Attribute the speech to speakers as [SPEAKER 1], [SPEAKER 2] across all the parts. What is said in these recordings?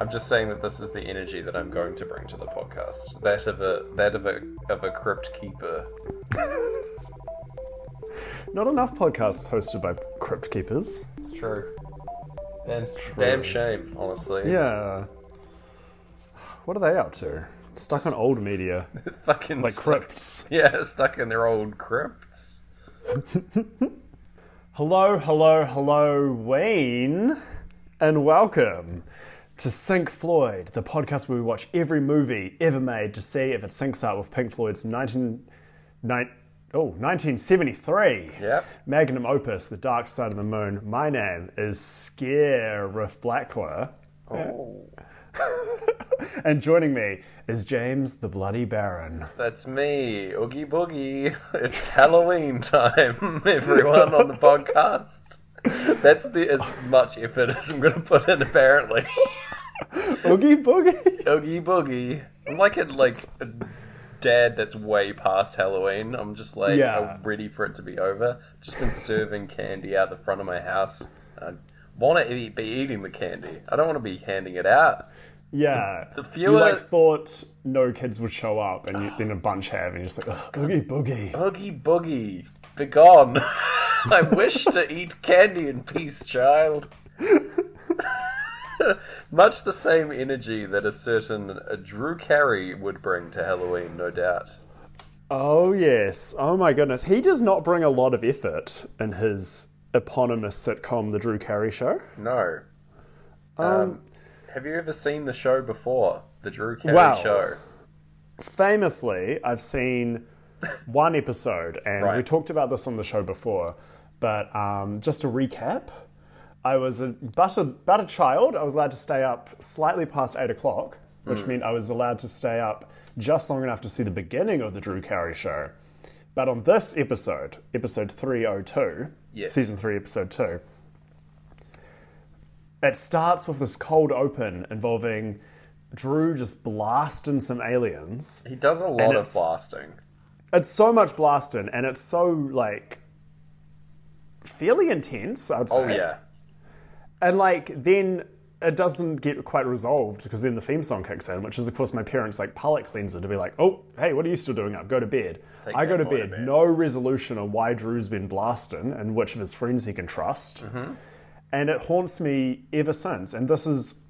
[SPEAKER 1] I'm just saying that this is the energy that I'm going to bring to the podcast. That of a that of a of a crypt keeper.
[SPEAKER 2] Not enough podcasts hosted by crypt keepers.
[SPEAKER 1] It's true. Damn, damn shame, honestly.
[SPEAKER 2] Yeah. What are they up to? Stuck on old media,
[SPEAKER 1] Fucking
[SPEAKER 2] like
[SPEAKER 1] stuck-
[SPEAKER 2] crypts.
[SPEAKER 1] Yeah, stuck in their old crypts.
[SPEAKER 2] Hello, hello, hello, Wayne, and welcome to Sync Floyd, the podcast where we watch every movie ever made to see if it syncs up with Pink Floyd's 19, nine, oh, 1973
[SPEAKER 1] Yep.
[SPEAKER 2] magnum opus, The Dark Side of the Moon. My name is Scare Riff Blackler,
[SPEAKER 1] Oh,
[SPEAKER 2] and joining me is James the Bloody Baron.
[SPEAKER 1] that's me, Oogie Boogie. It's Halloween time, everyone on the podcast. That's the as much effort as I'm going to put in, apparently.
[SPEAKER 2] Oogie Boogie!
[SPEAKER 1] Oogie Boogie. I'm like a like a dad that's way past Halloween. I'm just like
[SPEAKER 2] Yeah.
[SPEAKER 1] I'm ready for it to be over. Just been serving candy out the front of my house. I want to eat, be eating the candy. I don't want to be handing it out.
[SPEAKER 2] Yeah.
[SPEAKER 1] The
[SPEAKER 2] you
[SPEAKER 1] fewer
[SPEAKER 2] like thought no kids would show up, and you, then a bunch have, and you're just like, "Ugh, boogie boogie.
[SPEAKER 1] Oogie Boogie, begone! I wish to eat candy in peace, child. Much the same energy that a certain uh, Drew Carey would bring to Halloween, no doubt.
[SPEAKER 2] Oh yes. Oh my goodness. He does not bring a lot of effort in his eponymous sitcom, The Drew Carey Show.
[SPEAKER 1] No. Um, have you ever seen the show before? The Drew Carey
[SPEAKER 2] Wow.
[SPEAKER 1] show.
[SPEAKER 2] Famously, I've seen one episode, and we
[SPEAKER 1] Right.
[SPEAKER 2] talked about this on the show before. But um, just to recap, I was a, but, a, but a child. I was allowed to stay up slightly past eight o'clock, which
[SPEAKER 1] Mm.
[SPEAKER 2] meant I was allowed to stay up just long enough to see the beginning of the Drew Carey show. But on this episode, episode 302,
[SPEAKER 1] Yes.
[SPEAKER 2] season 3, episode 2, it starts with this cold open involving Drew just blasting some aliens.
[SPEAKER 1] He does a lot
[SPEAKER 2] And
[SPEAKER 1] of
[SPEAKER 2] it's-
[SPEAKER 1] blasting.
[SPEAKER 2] It's so much blasting and it's so like fairly intense, I'd say.
[SPEAKER 1] Oh yeah.
[SPEAKER 2] And like then it doesn't get quite resolved because then the theme song kicks in, which is of course my parents like palate cleanser to be like, oh hey, what are you still doing up? Go to bed.
[SPEAKER 1] Take
[SPEAKER 2] I go
[SPEAKER 1] that
[SPEAKER 2] to
[SPEAKER 1] boy to
[SPEAKER 2] bed.
[SPEAKER 1] bed.
[SPEAKER 2] No resolution on why Drew's been blasting and which of his friends he can trust.
[SPEAKER 1] Mm-hmm.
[SPEAKER 2] And it haunts me ever since. And this is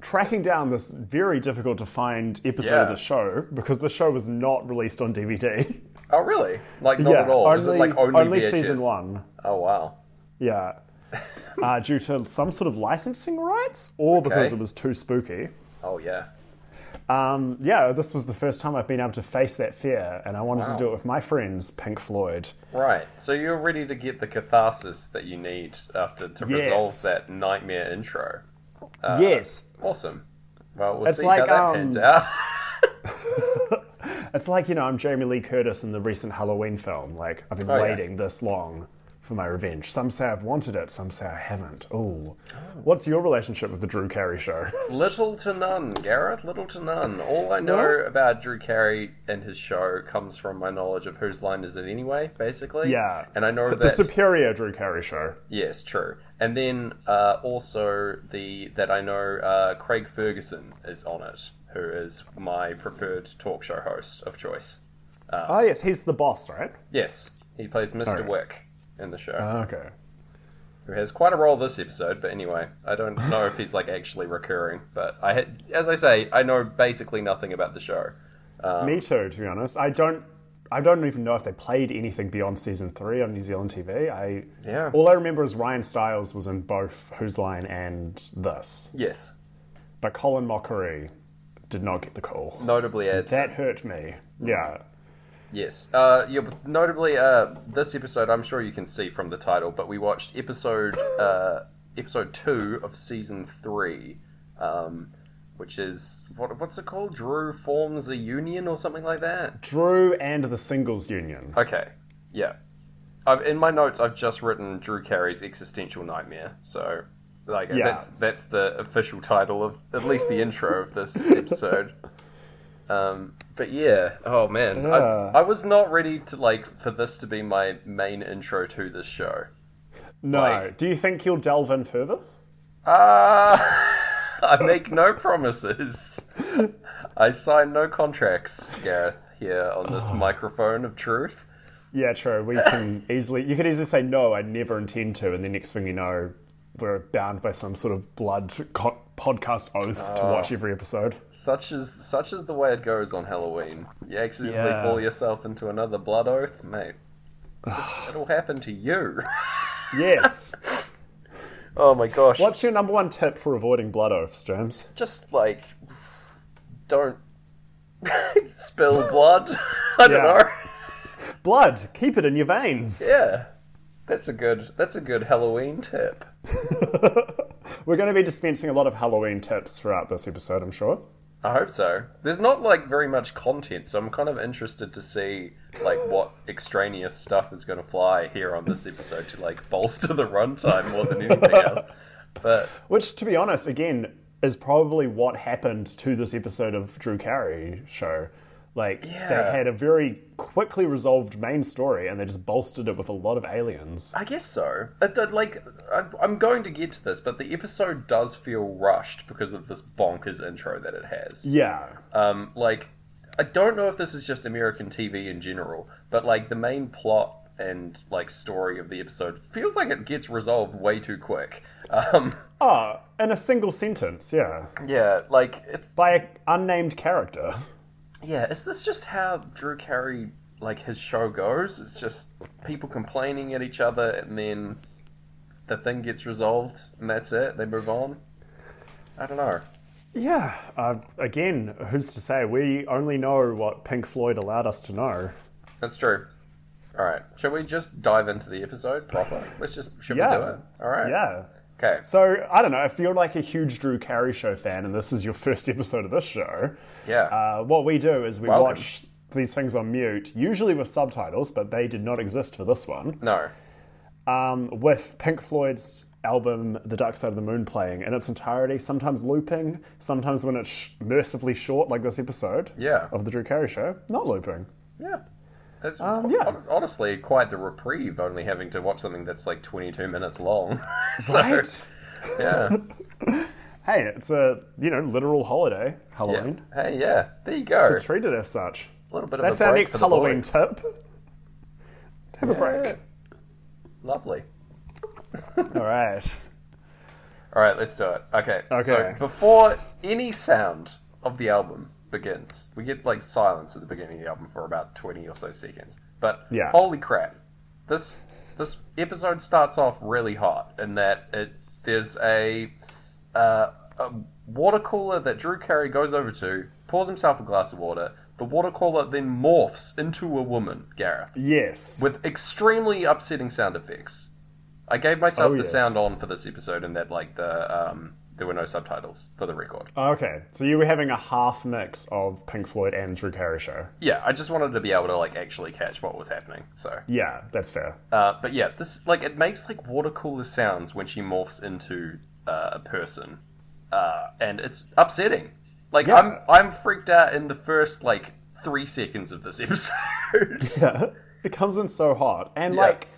[SPEAKER 2] tracking down this very difficult to find episode of
[SPEAKER 1] Yeah.
[SPEAKER 2] the show because the show was not released on DVD.
[SPEAKER 1] Oh really? Like not at all. Is it like only, VHS?
[SPEAKER 2] season one.
[SPEAKER 1] Oh wow.
[SPEAKER 2] Yeah. Uh, due to some sort of licensing rights or because
[SPEAKER 1] Okay.
[SPEAKER 2] it was too spooky.
[SPEAKER 1] Oh yeah.
[SPEAKER 2] Um, yeah, this was the first time I've been able to face that fear, and I wanted to do it with my friends, Pink Floyd.
[SPEAKER 1] Right. So you're ready to get the catharsis that you need after to
[SPEAKER 2] Yes.
[SPEAKER 1] resolve that nightmare intro. Uh.
[SPEAKER 2] yes.
[SPEAKER 1] Awesome. Well, we'll
[SPEAKER 2] It's
[SPEAKER 1] see
[SPEAKER 2] like,
[SPEAKER 1] how
[SPEAKER 2] um,
[SPEAKER 1] that pans out.
[SPEAKER 2] It's like, you know, I'm Jamie Lee Curtis in the recent Halloween film. Like, I've been
[SPEAKER 1] Oh, yeah.
[SPEAKER 2] waiting this long for my revenge. Some say I've wanted it, some say I haven't. Ooh. What's your relationship with the Drew Carey show?
[SPEAKER 1] Little to none, Gareth. Little to none. All I know
[SPEAKER 2] Well-
[SPEAKER 1] about Drew Carey and his show comes from my knowledge of whose line is it anyway, basically.
[SPEAKER 2] yeah.
[SPEAKER 1] And I know
[SPEAKER 2] the,
[SPEAKER 1] that
[SPEAKER 2] The superior Drew Carey show.
[SPEAKER 1] yes, true. And then uh, also the that I know uh, Craig Ferguson is on it, who is my preferred talk show host of choice.
[SPEAKER 2] oh, yes, he's the boss, right?
[SPEAKER 1] Yes, he plays Mr. Wick in the show,
[SPEAKER 2] Okay.
[SPEAKER 1] who has quite a role this episode. But anyway, I don't know if he's like actually recurring. But I, had, as I say, I know basically nothing about the show.
[SPEAKER 2] Me too, to be honest. I don't. I don't even know if they played anything beyond season three on New Zealand TV. I
[SPEAKER 1] Yeah.
[SPEAKER 2] All I remember is Ryan Stiles was in both Whose Line and this,
[SPEAKER 1] Yes,
[SPEAKER 2] but Colin Mockery did not get the call.
[SPEAKER 1] notably adds
[SPEAKER 2] That hurt me. Yeah.
[SPEAKER 1] Yes. Uh, yeah, but notably, uh, this episode, I'm sure you can see from the title, but we watched episode uh, episode two of season three, um, which is what what's it called? Drew forms a union or something like that.
[SPEAKER 2] Drew and the Singles Union.
[SPEAKER 1] Okay. Yeah. I've, in my notes, I've just written Drew Carey's existential nightmare. So, like, that's that's the official title of at least the intro of this episode. Um, but yeah, oh man,
[SPEAKER 2] Yeah.
[SPEAKER 1] I, I was not ready to like for this to be my main intro to this show.
[SPEAKER 2] No.
[SPEAKER 1] Like-
[SPEAKER 2] Do you think he'll delve in further?
[SPEAKER 1] Uh, I make no promises. I sign no contracts, Gareth, here on this microphone of truth.
[SPEAKER 2] Yeah, true. We can easily you could easily say no, I never intend to, and the next thing you know, we're bound by some sort of blood co- podcast oath to
[SPEAKER 1] Oh.
[SPEAKER 2] watch every episode.
[SPEAKER 1] Such is such is the way it goes on Halloween. You accidentally
[SPEAKER 2] Yeah.
[SPEAKER 1] fall yourself into another blood oath, mate. Just, it'll happen to you.
[SPEAKER 2] Yes.
[SPEAKER 1] Oh my gosh.
[SPEAKER 2] What's your number one tip for avoiding blood oaths, James?
[SPEAKER 1] Just like don't spill blood. I don't
[SPEAKER 2] Yeah.
[SPEAKER 1] know.
[SPEAKER 2] Blood, keep it in your veins.
[SPEAKER 1] Yeah. That's a good that's a good Halloween tip.
[SPEAKER 2] We're going to be dispensing a lot of Halloween tips throughout this episode, I'm sure.
[SPEAKER 1] I hope so. There's not like very much content, so I'm kind of interested to see like what extraneous stuff is going to fly here on this episode to like bolster the runtime more than anything else. But
[SPEAKER 2] Which, to be honest, again, is probably what happened to this episode of Drew Carey show. Like
[SPEAKER 1] Yeah.
[SPEAKER 2] they had a very quickly resolved main story, and they just bolstered it with a lot of aliens.
[SPEAKER 1] I guess so. It, did, like I- I'm going to get to this, but the episode does feel rushed because of this bonkers intro that it has.
[SPEAKER 2] Yeah,
[SPEAKER 1] Um, like I don't know if this is just American TV in general, but like the main plot and like story of the episode feels like it gets resolved way too quick. Um,
[SPEAKER 2] Oh, in a single sentence, yeah.
[SPEAKER 1] yeah, like it's
[SPEAKER 2] By an unnamed character.
[SPEAKER 1] Yeah, is this just how Drew Carey like his show goes? It's just people complaining at each other, and then the thing gets resolved, and that's it. They move on. I don't know.
[SPEAKER 2] Yeah. Uh, again, who's to say? We only know what Pink Floyd allowed us to know.
[SPEAKER 1] That's true. All right, shall we just dive into the episode proper? Let's just should
[SPEAKER 2] Yeah.
[SPEAKER 1] we do it? All right.
[SPEAKER 2] Yeah.
[SPEAKER 1] Okay.
[SPEAKER 2] So, I don't know, if you're like a huge Drew Carey show fan and this is your first episode of this show,
[SPEAKER 1] Yeah.
[SPEAKER 2] uh, what we do is we
[SPEAKER 1] Welcome.
[SPEAKER 2] watch these things on mute, usually with subtitles, but they did not exist for this one,
[SPEAKER 1] no.
[SPEAKER 2] um, with Pink Floyd's album The Dark Side of the Moon playing in its entirety, sometimes looping, sometimes when it's sh- mercifully short, like this episode
[SPEAKER 1] Yeah.
[SPEAKER 2] of The Drew Carey Show, not looping.
[SPEAKER 1] Yeah. That's
[SPEAKER 2] Um, yeah.
[SPEAKER 1] hon- honestly quite the reprieve, only having to watch something that's like 22 minutes long. so, Yeah.
[SPEAKER 2] Hey, it's a, you know, literal holiday,
[SPEAKER 1] yeah.
[SPEAKER 2] Halloween.
[SPEAKER 1] Hey, yeah. There you go.
[SPEAKER 2] So treat it as such.
[SPEAKER 1] A little bit of
[SPEAKER 2] That's
[SPEAKER 1] a
[SPEAKER 2] our
[SPEAKER 1] break
[SPEAKER 2] next
[SPEAKER 1] for the
[SPEAKER 2] Halloween
[SPEAKER 1] boys.
[SPEAKER 2] tip. Have a break.
[SPEAKER 1] Lovely.
[SPEAKER 2] All right.
[SPEAKER 1] All right, let's do it. Okay. So
[SPEAKER 2] Okay.
[SPEAKER 1] before any sound of the album begins, we get like silence at the beginning of the album for about twenty or so seconds. But
[SPEAKER 2] Yeah.
[SPEAKER 1] holy crap, this this episode starts off really hot in that it there's a, uh, a water cooler that Drew Carey goes over to, pours himself a glass of water. The water cooler then morphs into a woman, Gareth.
[SPEAKER 2] Yes.
[SPEAKER 1] with extremely upsetting sound effects. I gave myself
[SPEAKER 2] Oh,
[SPEAKER 1] the
[SPEAKER 2] yes.
[SPEAKER 1] sound on for this episode, and that like the um, there were no subtitles for the record.
[SPEAKER 2] okay. So you were having a half mix of Pink Floyd and Drew Carey show.
[SPEAKER 1] Yeah, I just wanted to be able to like actually catch what was happening. So,
[SPEAKER 2] Yeah, that's fair.
[SPEAKER 1] uh, but yeah, this like it makes like water cooler sounds when she morphs into uh, a person, uh, and it's upsetting. Like
[SPEAKER 2] Yeah.
[SPEAKER 1] I'm I'm freaked out in the first like three seconds of this episode.
[SPEAKER 2] Yeah. It comes in so hot. And like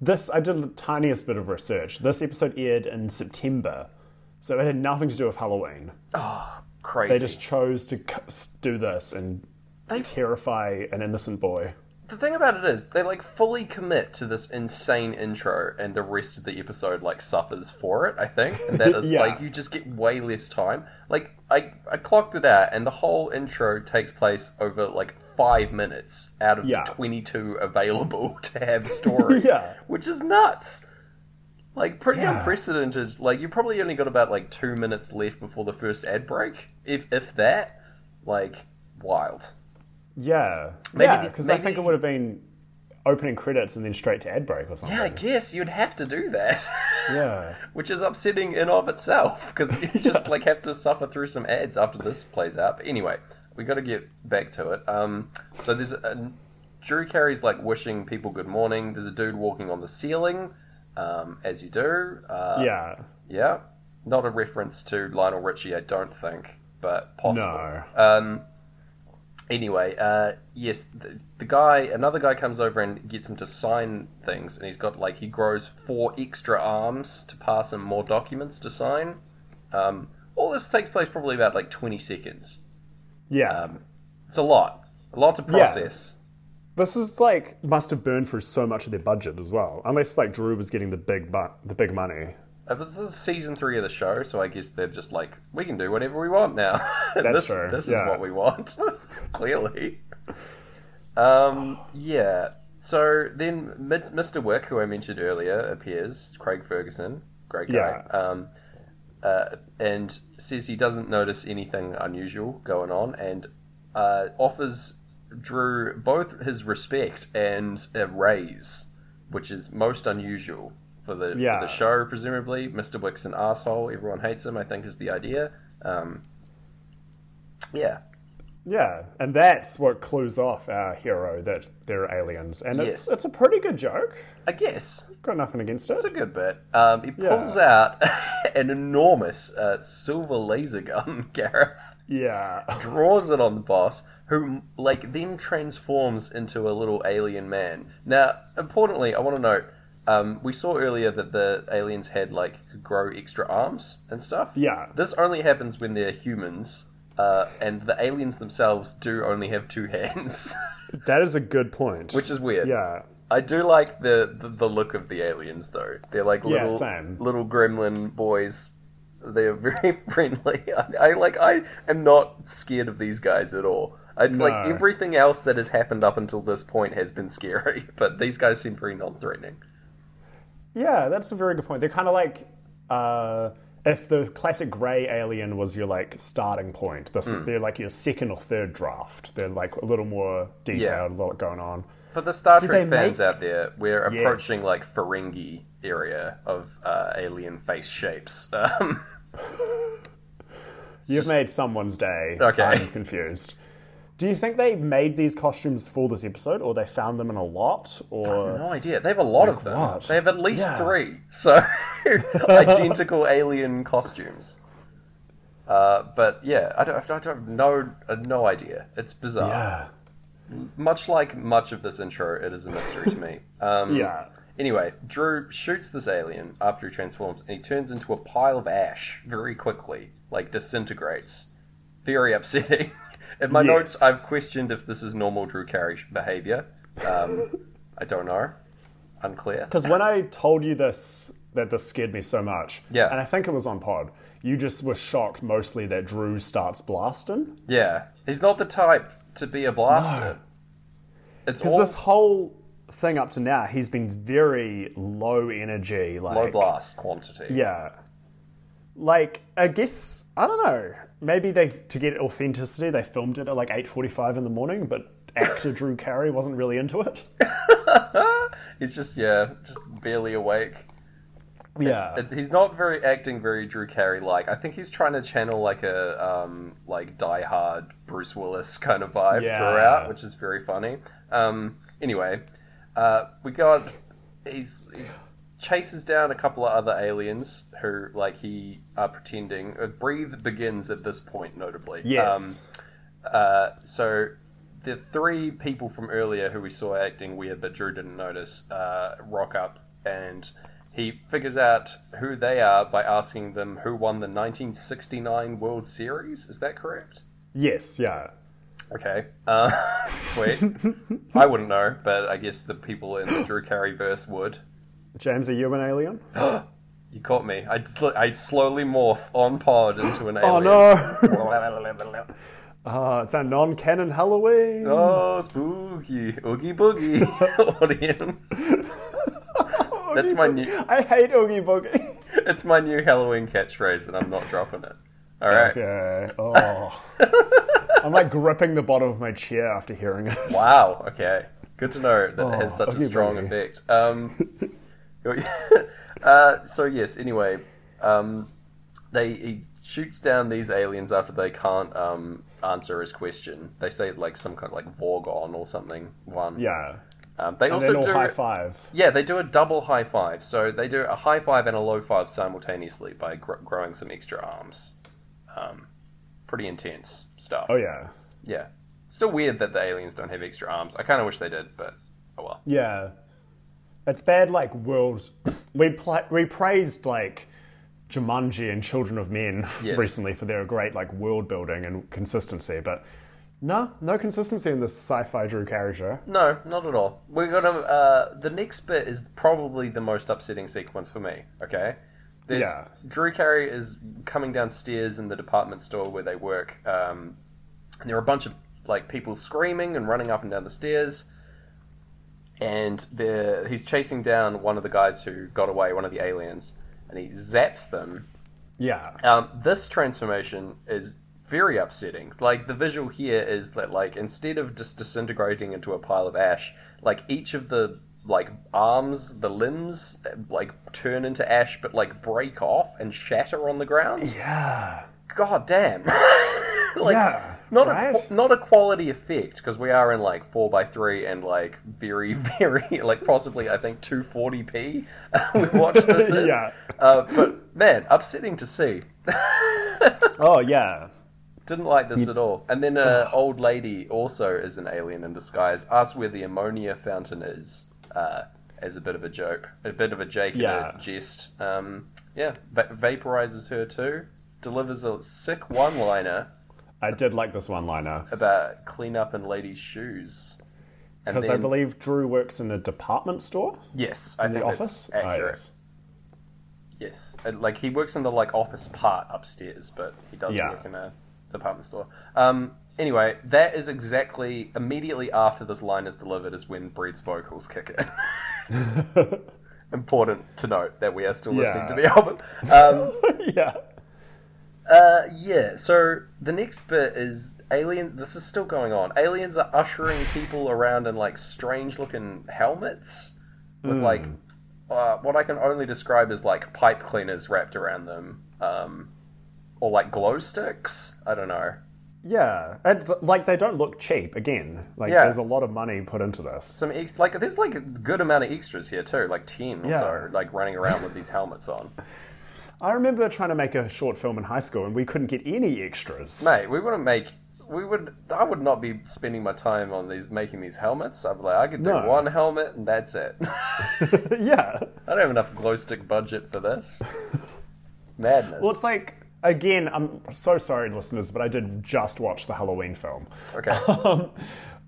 [SPEAKER 2] this I did the tiniest bit of research. This episode aired in September. So it had nothing to do with Halloween.
[SPEAKER 1] Crazy.
[SPEAKER 2] They just chose to c- s- do this and terrify an innocent boy.
[SPEAKER 1] the thing about it is they like fully commit to this insane intro and the rest of the episode like suffers for it i think and that is
[SPEAKER 2] Yeah.
[SPEAKER 1] like you just get way less time like I, I clocked it out and the whole intro takes place over like five minutes out of
[SPEAKER 2] Yeah.
[SPEAKER 1] the 22 available to have story
[SPEAKER 2] Yeah.
[SPEAKER 1] which is nuts like pretty
[SPEAKER 2] Yeah.
[SPEAKER 1] unprecedented like you probably only got about like two minutes left before the first ad break if if that like wild
[SPEAKER 2] Yeah.
[SPEAKER 1] Maybe
[SPEAKER 2] yeah,
[SPEAKER 1] the-
[SPEAKER 2] because I
[SPEAKER 1] maybe-
[SPEAKER 2] think it would have been opening credits and then straight to ad break or something.
[SPEAKER 1] i guess you'd have to do that
[SPEAKER 2] Yeah.
[SPEAKER 1] which is upsetting in of itself because you just like have to suffer through some ads after this plays out. But anyway, we got to get back to it. Um, so there's a, Drew Carey's like wishing people good morning. There's a dude walking on the ceiling, um, as you do. Uh,
[SPEAKER 2] yeah.
[SPEAKER 1] yeah, not a reference to Lionel Richie, I don't think, but possible.
[SPEAKER 2] No.
[SPEAKER 1] Anyway, uh, yes, the, the guy, another guy comes over and gets him to sign things, and he's got like he grows four extra arms to pass him more documents to sign, um, All this takes place probably about like 20 seconds.
[SPEAKER 2] Yeah.
[SPEAKER 1] Um, it's a lot. A lot to process.
[SPEAKER 2] This is like must have burned through so much of their budget as well, unless like Drew was getting the big bu- the big money.
[SPEAKER 1] Uh, This is season three of the show, so I guess they're just like, we can do whatever we want now. That's this,
[SPEAKER 2] true,
[SPEAKER 1] This
[SPEAKER 2] yeah.
[SPEAKER 1] is what we want, clearly. Um, yeah. So then Mid- Mr. Wick, who I mentioned earlier, appears, Craig Ferguson, great guy,
[SPEAKER 2] Yeah.
[SPEAKER 1] um, uh, and says he doesn't notice anything unusual going on and uh, offers Drew both his respect and a raise, which is most unusual for the,
[SPEAKER 2] Yeah.
[SPEAKER 1] for the show, presumably. Mr. Wick's an asshole. Everyone hates him, I think, is the idea. Um, yeah.
[SPEAKER 2] Yeah, and that's what clues off our hero that they're aliens, and
[SPEAKER 1] Yes.
[SPEAKER 2] it's it's a pretty good joke.
[SPEAKER 1] I guess.
[SPEAKER 2] Got nothing against it.
[SPEAKER 1] It's a good bit. Um, he pulls out an enormous uh, silver laser gun, Gareth,
[SPEAKER 2] yeah,
[SPEAKER 1] draws it on the boss, who like then transforms into a little alien man. Now, importantly, I want to note um, we saw earlier that the aliens had like could grow extra arms and stuff.
[SPEAKER 2] Yeah.
[SPEAKER 1] this only happens when they're humans. Uh, and the aliens themselves do only have two hands,
[SPEAKER 2] that is a good point.
[SPEAKER 1] which is weird.
[SPEAKER 2] yeah,
[SPEAKER 1] I do like the, the, the look of the aliens though. They're like
[SPEAKER 2] Yeah,
[SPEAKER 1] little
[SPEAKER 2] same.
[SPEAKER 1] little gremlin boys. They're very friendly. I, I like I am not scared of these guys at all. It's like
[SPEAKER 2] No.
[SPEAKER 1] everything else that has happened up until this point has been scary, but these guys seem very non-threatening.
[SPEAKER 2] yeah, that's a very good point. They're kind of like uh, if the classic grey alien was your like starting point. This,
[SPEAKER 1] Hmm.
[SPEAKER 2] They're like your second or third draft. They're like a little more detailed, a lot going on.
[SPEAKER 1] For the Star Trek
[SPEAKER 2] they
[SPEAKER 1] fans
[SPEAKER 2] make-
[SPEAKER 1] out there, we're
[SPEAKER 2] Yes.
[SPEAKER 1] approaching like Ferengi area of uh, alien face shapes. Um,
[SPEAKER 2] You've made someone's day.
[SPEAKER 1] Okay.
[SPEAKER 2] I'm confused. Do you think they made these costumes for this episode, or they found them in a lot, or
[SPEAKER 1] No idea. They have a lot of them.
[SPEAKER 2] what?
[SPEAKER 1] They have at least
[SPEAKER 2] Yeah.
[SPEAKER 1] three. So identical alien costumes. Uh, but yeah, I don't, I don't know. uh, No idea. It's bizarre.
[SPEAKER 2] yeah,
[SPEAKER 1] Much like much of this intro, it is a mystery to me. Um,
[SPEAKER 2] yeah,
[SPEAKER 1] Anyway, Drew shoots this alien after he transforms, and he turns into a pile of ash very quickly, like disintegrates. Very upsetting. In my notes,
[SPEAKER 2] Yes.
[SPEAKER 1] I've questioned if this is normal Drew Carey sh- behavior. Um, I don't know. Unclear.
[SPEAKER 2] Because when I told you this, that this scared me so much,
[SPEAKER 1] Yeah.
[SPEAKER 2] and I think it was on Pod, you just were shocked mostly that Drew starts blasting
[SPEAKER 1] Yeah, he's not the type to be a blaster. It's
[SPEAKER 2] because
[SPEAKER 1] all
[SPEAKER 2] this whole thing up to now he's been very low energy, like
[SPEAKER 1] low blast quantity.
[SPEAKER 2] Yeah. Like, I guess I don't know. Maybe they to get authenticity, they filmed it at like eight forty-five in the morning, but actor Drew Carey wasn't really into it.
[SPEAKER 1] He's just yeah, just barely awake.
[SPEAKER 2] Yeah,
[SPEAKER 1] It's, he's not very acting very Drew Carey like. I think he's trying to channel like a um, like Die Hard Bruce Willis kind of vibe
[SPEAKER 2] Yeah.
[SPEAKER 1] throughout, which is very funny. Um, anyway, uh, we got he's he chases down a couple of other aliens who like he are pretending. Uh, Breathe begins at this point, notably. Um,
[SPEAKER 2] yes,
[SPEAKER 1] Uh, so the three people from earlier who we saw acting weird but Drew didn't notice uh, rock up and he figures out who they are by asking them who won the 1969 World Series. Is that correct?
[SPEAKER 2] yes, yeah,
[SPEAKER 1] Okay. Uh, wait. I wouldn't know, but I guess the people in the Drew Carey verse would.
[SPEAKER 2] James, are you an alien?
[SPEAKER 1] You caught me. I, I slowly morph on pod into an
[SPEAKER 2] Oh
[SPEAKER 1] alien.
[SPEAKER 2] no!
[SPEAKER 1] no!
[SPEAKER 2] Uh, it's a non-canon Halloween.
[SPEAKER 1] Oh, spooky. Oogie boogie audience. That's my new
[SPEAKER 2] Oh, I hate Oogie Boogie.
[SPEAKER 1] it's my new Halloween catchphrase and I'm not dropping it. All right.
[SPEAKER 2] Okay. Oh, I'm like gripping the bottom of my chair after hearing it.
[SPEAKER 1] Wow. Okay. Good to know that it has
[SPEAKER 2] Oh,
[SPEAKER 1] such
[SPEAKER 2] Oogie
[SPEAKER 1] a strong
[SPEAKER 2] Boogie.
[SPEAKER 1] effect. Um, uh, so yes. Anyway, um, they he shoots down these aliens after they can't um, answer his question. They say like some kind of like Vorgon or something. One.
[SPEAKER 2] Yeah,
[SPEAKER 1] Um, they
[SPEAKER 2] and
[SPEAKER 1] also
[SPEAKER 2] then all
[SPEAKER 1] do
[SPEAKER 2] high five.
[SPEAKER 1] Yeah, they do a double high five. So they do a high five and a low five simultaneously by gr- growing some extra arms. Um, pretty intense stuff.
[SPEAKER 2] Oh yeah.
[SPEAKER 1] Yeah. Still weird that the aliens don't have extra arms. I kind of wish they did, but oh well.
[SPEAKER 2] Yeah, it's bad. Like world, we pla we praised like Jumanji and Children of Men
[SPEAKER 1] Yes.
[SPEAKER 2] recently for their great like world building and consistency, but no, no consistency in this sci-fi Drew Carey show.
[SPEAKER 1] No, not at all. We're gonna. Uh, the next bit is probably the most upsetting sequence for me. Okay, There's,
[SPEAKER 2] Yeah.
[SPEAKER 1] Drew Carey is coming downstairs in the department store where they work. Um, and there are a bunch of like people screaming and running up and down the stairs. And they're- he's chasing down one of the guys who got away, one of the aliens, and he zaps them
[SPEAKER 2] Yeah,
[SPEAKER 1] um, this transformation is very upsetting. Like the visual here is that like instead of just disintegrating into a pile of ash, like each of the like arms, the limbs uh, like turn into ash but like break off and shatter on the ground.
[SPEAKER 2] yeah,
[SPEAKER 1] God damn. like
[SPEAKER 2] yeah.
[SPEAKER 1] not
[SPEAKER 2] right?
[SPEAKER 1] a qu- not a quality effect because we are in like 4x3 and like very very like possibly I think 240p we watched this in.
[SPEAKER 2] Yeah.
[SPEAKER 1] Uh, but man, upsetting to see.
[SPEAKER 2] oh yeah.
[SPEAKER 1] Didn't like this at all. And then an old lady also is an alien in disguise. Asks where the ammonia fountain is uh, as a bit of a joke, a bit of a jake
[SPEAKER 2] Yeah.
[SPEAKER 1] and a jest. Um, yeah, va- vaporizes her too. Delivers a sick one-liner
[SPEAKER 2] I did like this one liner
[SPEAKER 1] about clean up in ladies' shoes. And
[SPEAKER 2] because I
[SPEAKER 1] then-
[SPEAKER 2] believe Drew works in a department store,
[SPEAKER 1] yes, I
[SPEAKER 2] the
[SPEAKER 1] think
[SPEAKER 2] office.
[SPEAKER 1] that's accurate. Yes, and, like he works in the like office part upstairs, but he does
[SPEAKER 2] Yeah.
[SPEAKER 1] work in a department store. Um, anyway, that is exactly immediately after this line is delivered is when Breed's vocals kick in. Important to note that we are still listening to
[SPEAKER 2] Yeah.
[SPEAKER 1] the album. Um,
[SPEAKER 2] yeah. Oh, yeah.
[SPEAKER 1] uh, yeah, so the next bit is aliens. This is still going on. Aliens are ushering people around in like strange looking helmets with like
[SPEAKER 2] Hmm.
[SPEAKER 1] uh, what I can only describe as like pipe cleaners wrapped around them, um, or like glow sticks. I don't know.
[SPEAKER 2] Yeah, and like they don't look cheap. Again, like
[SPEAKER 1] Yeah.
[SPEAKER 2] there's a lot of money put into this.
[SPEAKER 1] Some ex- like there's like a good amount of extras here too, like ten
[SPEAKER 2] Yeah.
[SPEAKER 1] or so, like running around with these helmets on.
[SPEAKER 2] I remember trying to make a short film in high school, and we couldn't get any extras.
[SPEAKER 1] Mate, we wouldn't make. We would. I would not be spending my time on these making these helmets. I'd be like, I could do
[SPEAKER 2] No.
[SPEAKER 1] one helmet and that's it.
[SPEAKER 2] yeah,
[SPEAKER 1] I don't have enough glow stick budget for this. Madness.
[SPEAKER 2] well, it's like again, I'm so sorry, listeners, but I did just watch the Halloween film.
[SPEAKER 1] okay.
[SPEAKER 2] Um,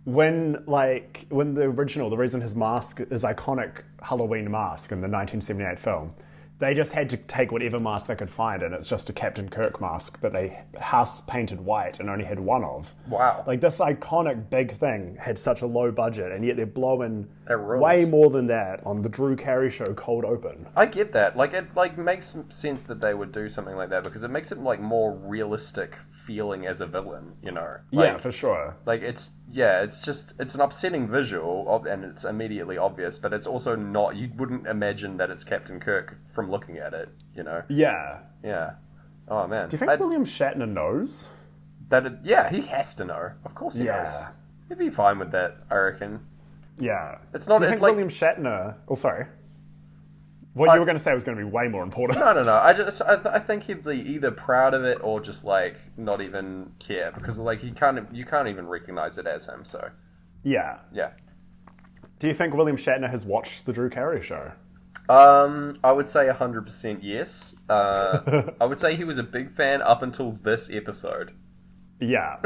[SPEAKER 2] when like when the original, the reason his mask is iconic Halloween mask in the 1978 film. They just had to take whatever mask they could find, and it's just a Captain Kirk mask that they house painted white and only had one of.
[SPEAKER 1] Wow.
[SPEAKER 2] Like this iconic big thing had such a low budget, and yet they're blowing
[SPEAKER 1] That rules.
[SPEAKER 2] way more than that on the Drew Carey show cold open.
[SPEAKER 1] I get that. Like it like makes sense that they would do something like that because it makes it like more realistic feeling as a villain, you know. Like,
[SPEAKER 2] yeah, for sure.
[SPEAKER 1] Like it's yeah, it's just it's an upsetting visual ob- and it's immediately obvious, but it's also not you wouldn't imagine that it's Captain Kirk from looking at it, you know.
[SPEAKER 2] Yeah.
[SPEAKER 1] Yeah. Oh man.
[SPEAKER 2] Do you think
[SPEAKER 1] I-
[SPEAKER 2] William Shatner knows?
[SPEAKER 1] that it, yeah, he has to know. Of course he
[SPEAKER 2] Yeah.
[SPEAKER 1] knows. He'd be fine with that, I reckon.
[SPEAKER 2] Yeah.
[SPEAKER 1] It's not-
[SPEAKER 2] Do you
[SPEAKER 1] it's
[SPEAKER 2] think
[SPEAKER 1] like-
[SPEAKER 2] William Shatner? Oh, sorry. What you were going to say was going to be way more important.
[SPEAKER 1] I don't know. I just I, th- I think he'd be either proud of it or just like not even care because like he can't you can't even recognize it as him. So
[SPEAKER 2] yeah.
[SPEAKER 1] yeah.
[SPEAKER 2] Do you think William Shatner has watched the Drew Carey show?
[SPEAKER 1] Um, I would say hundred percent yes. Uh, I would say he was a big fan up until this episode
[SPEAKER 2] Yeah.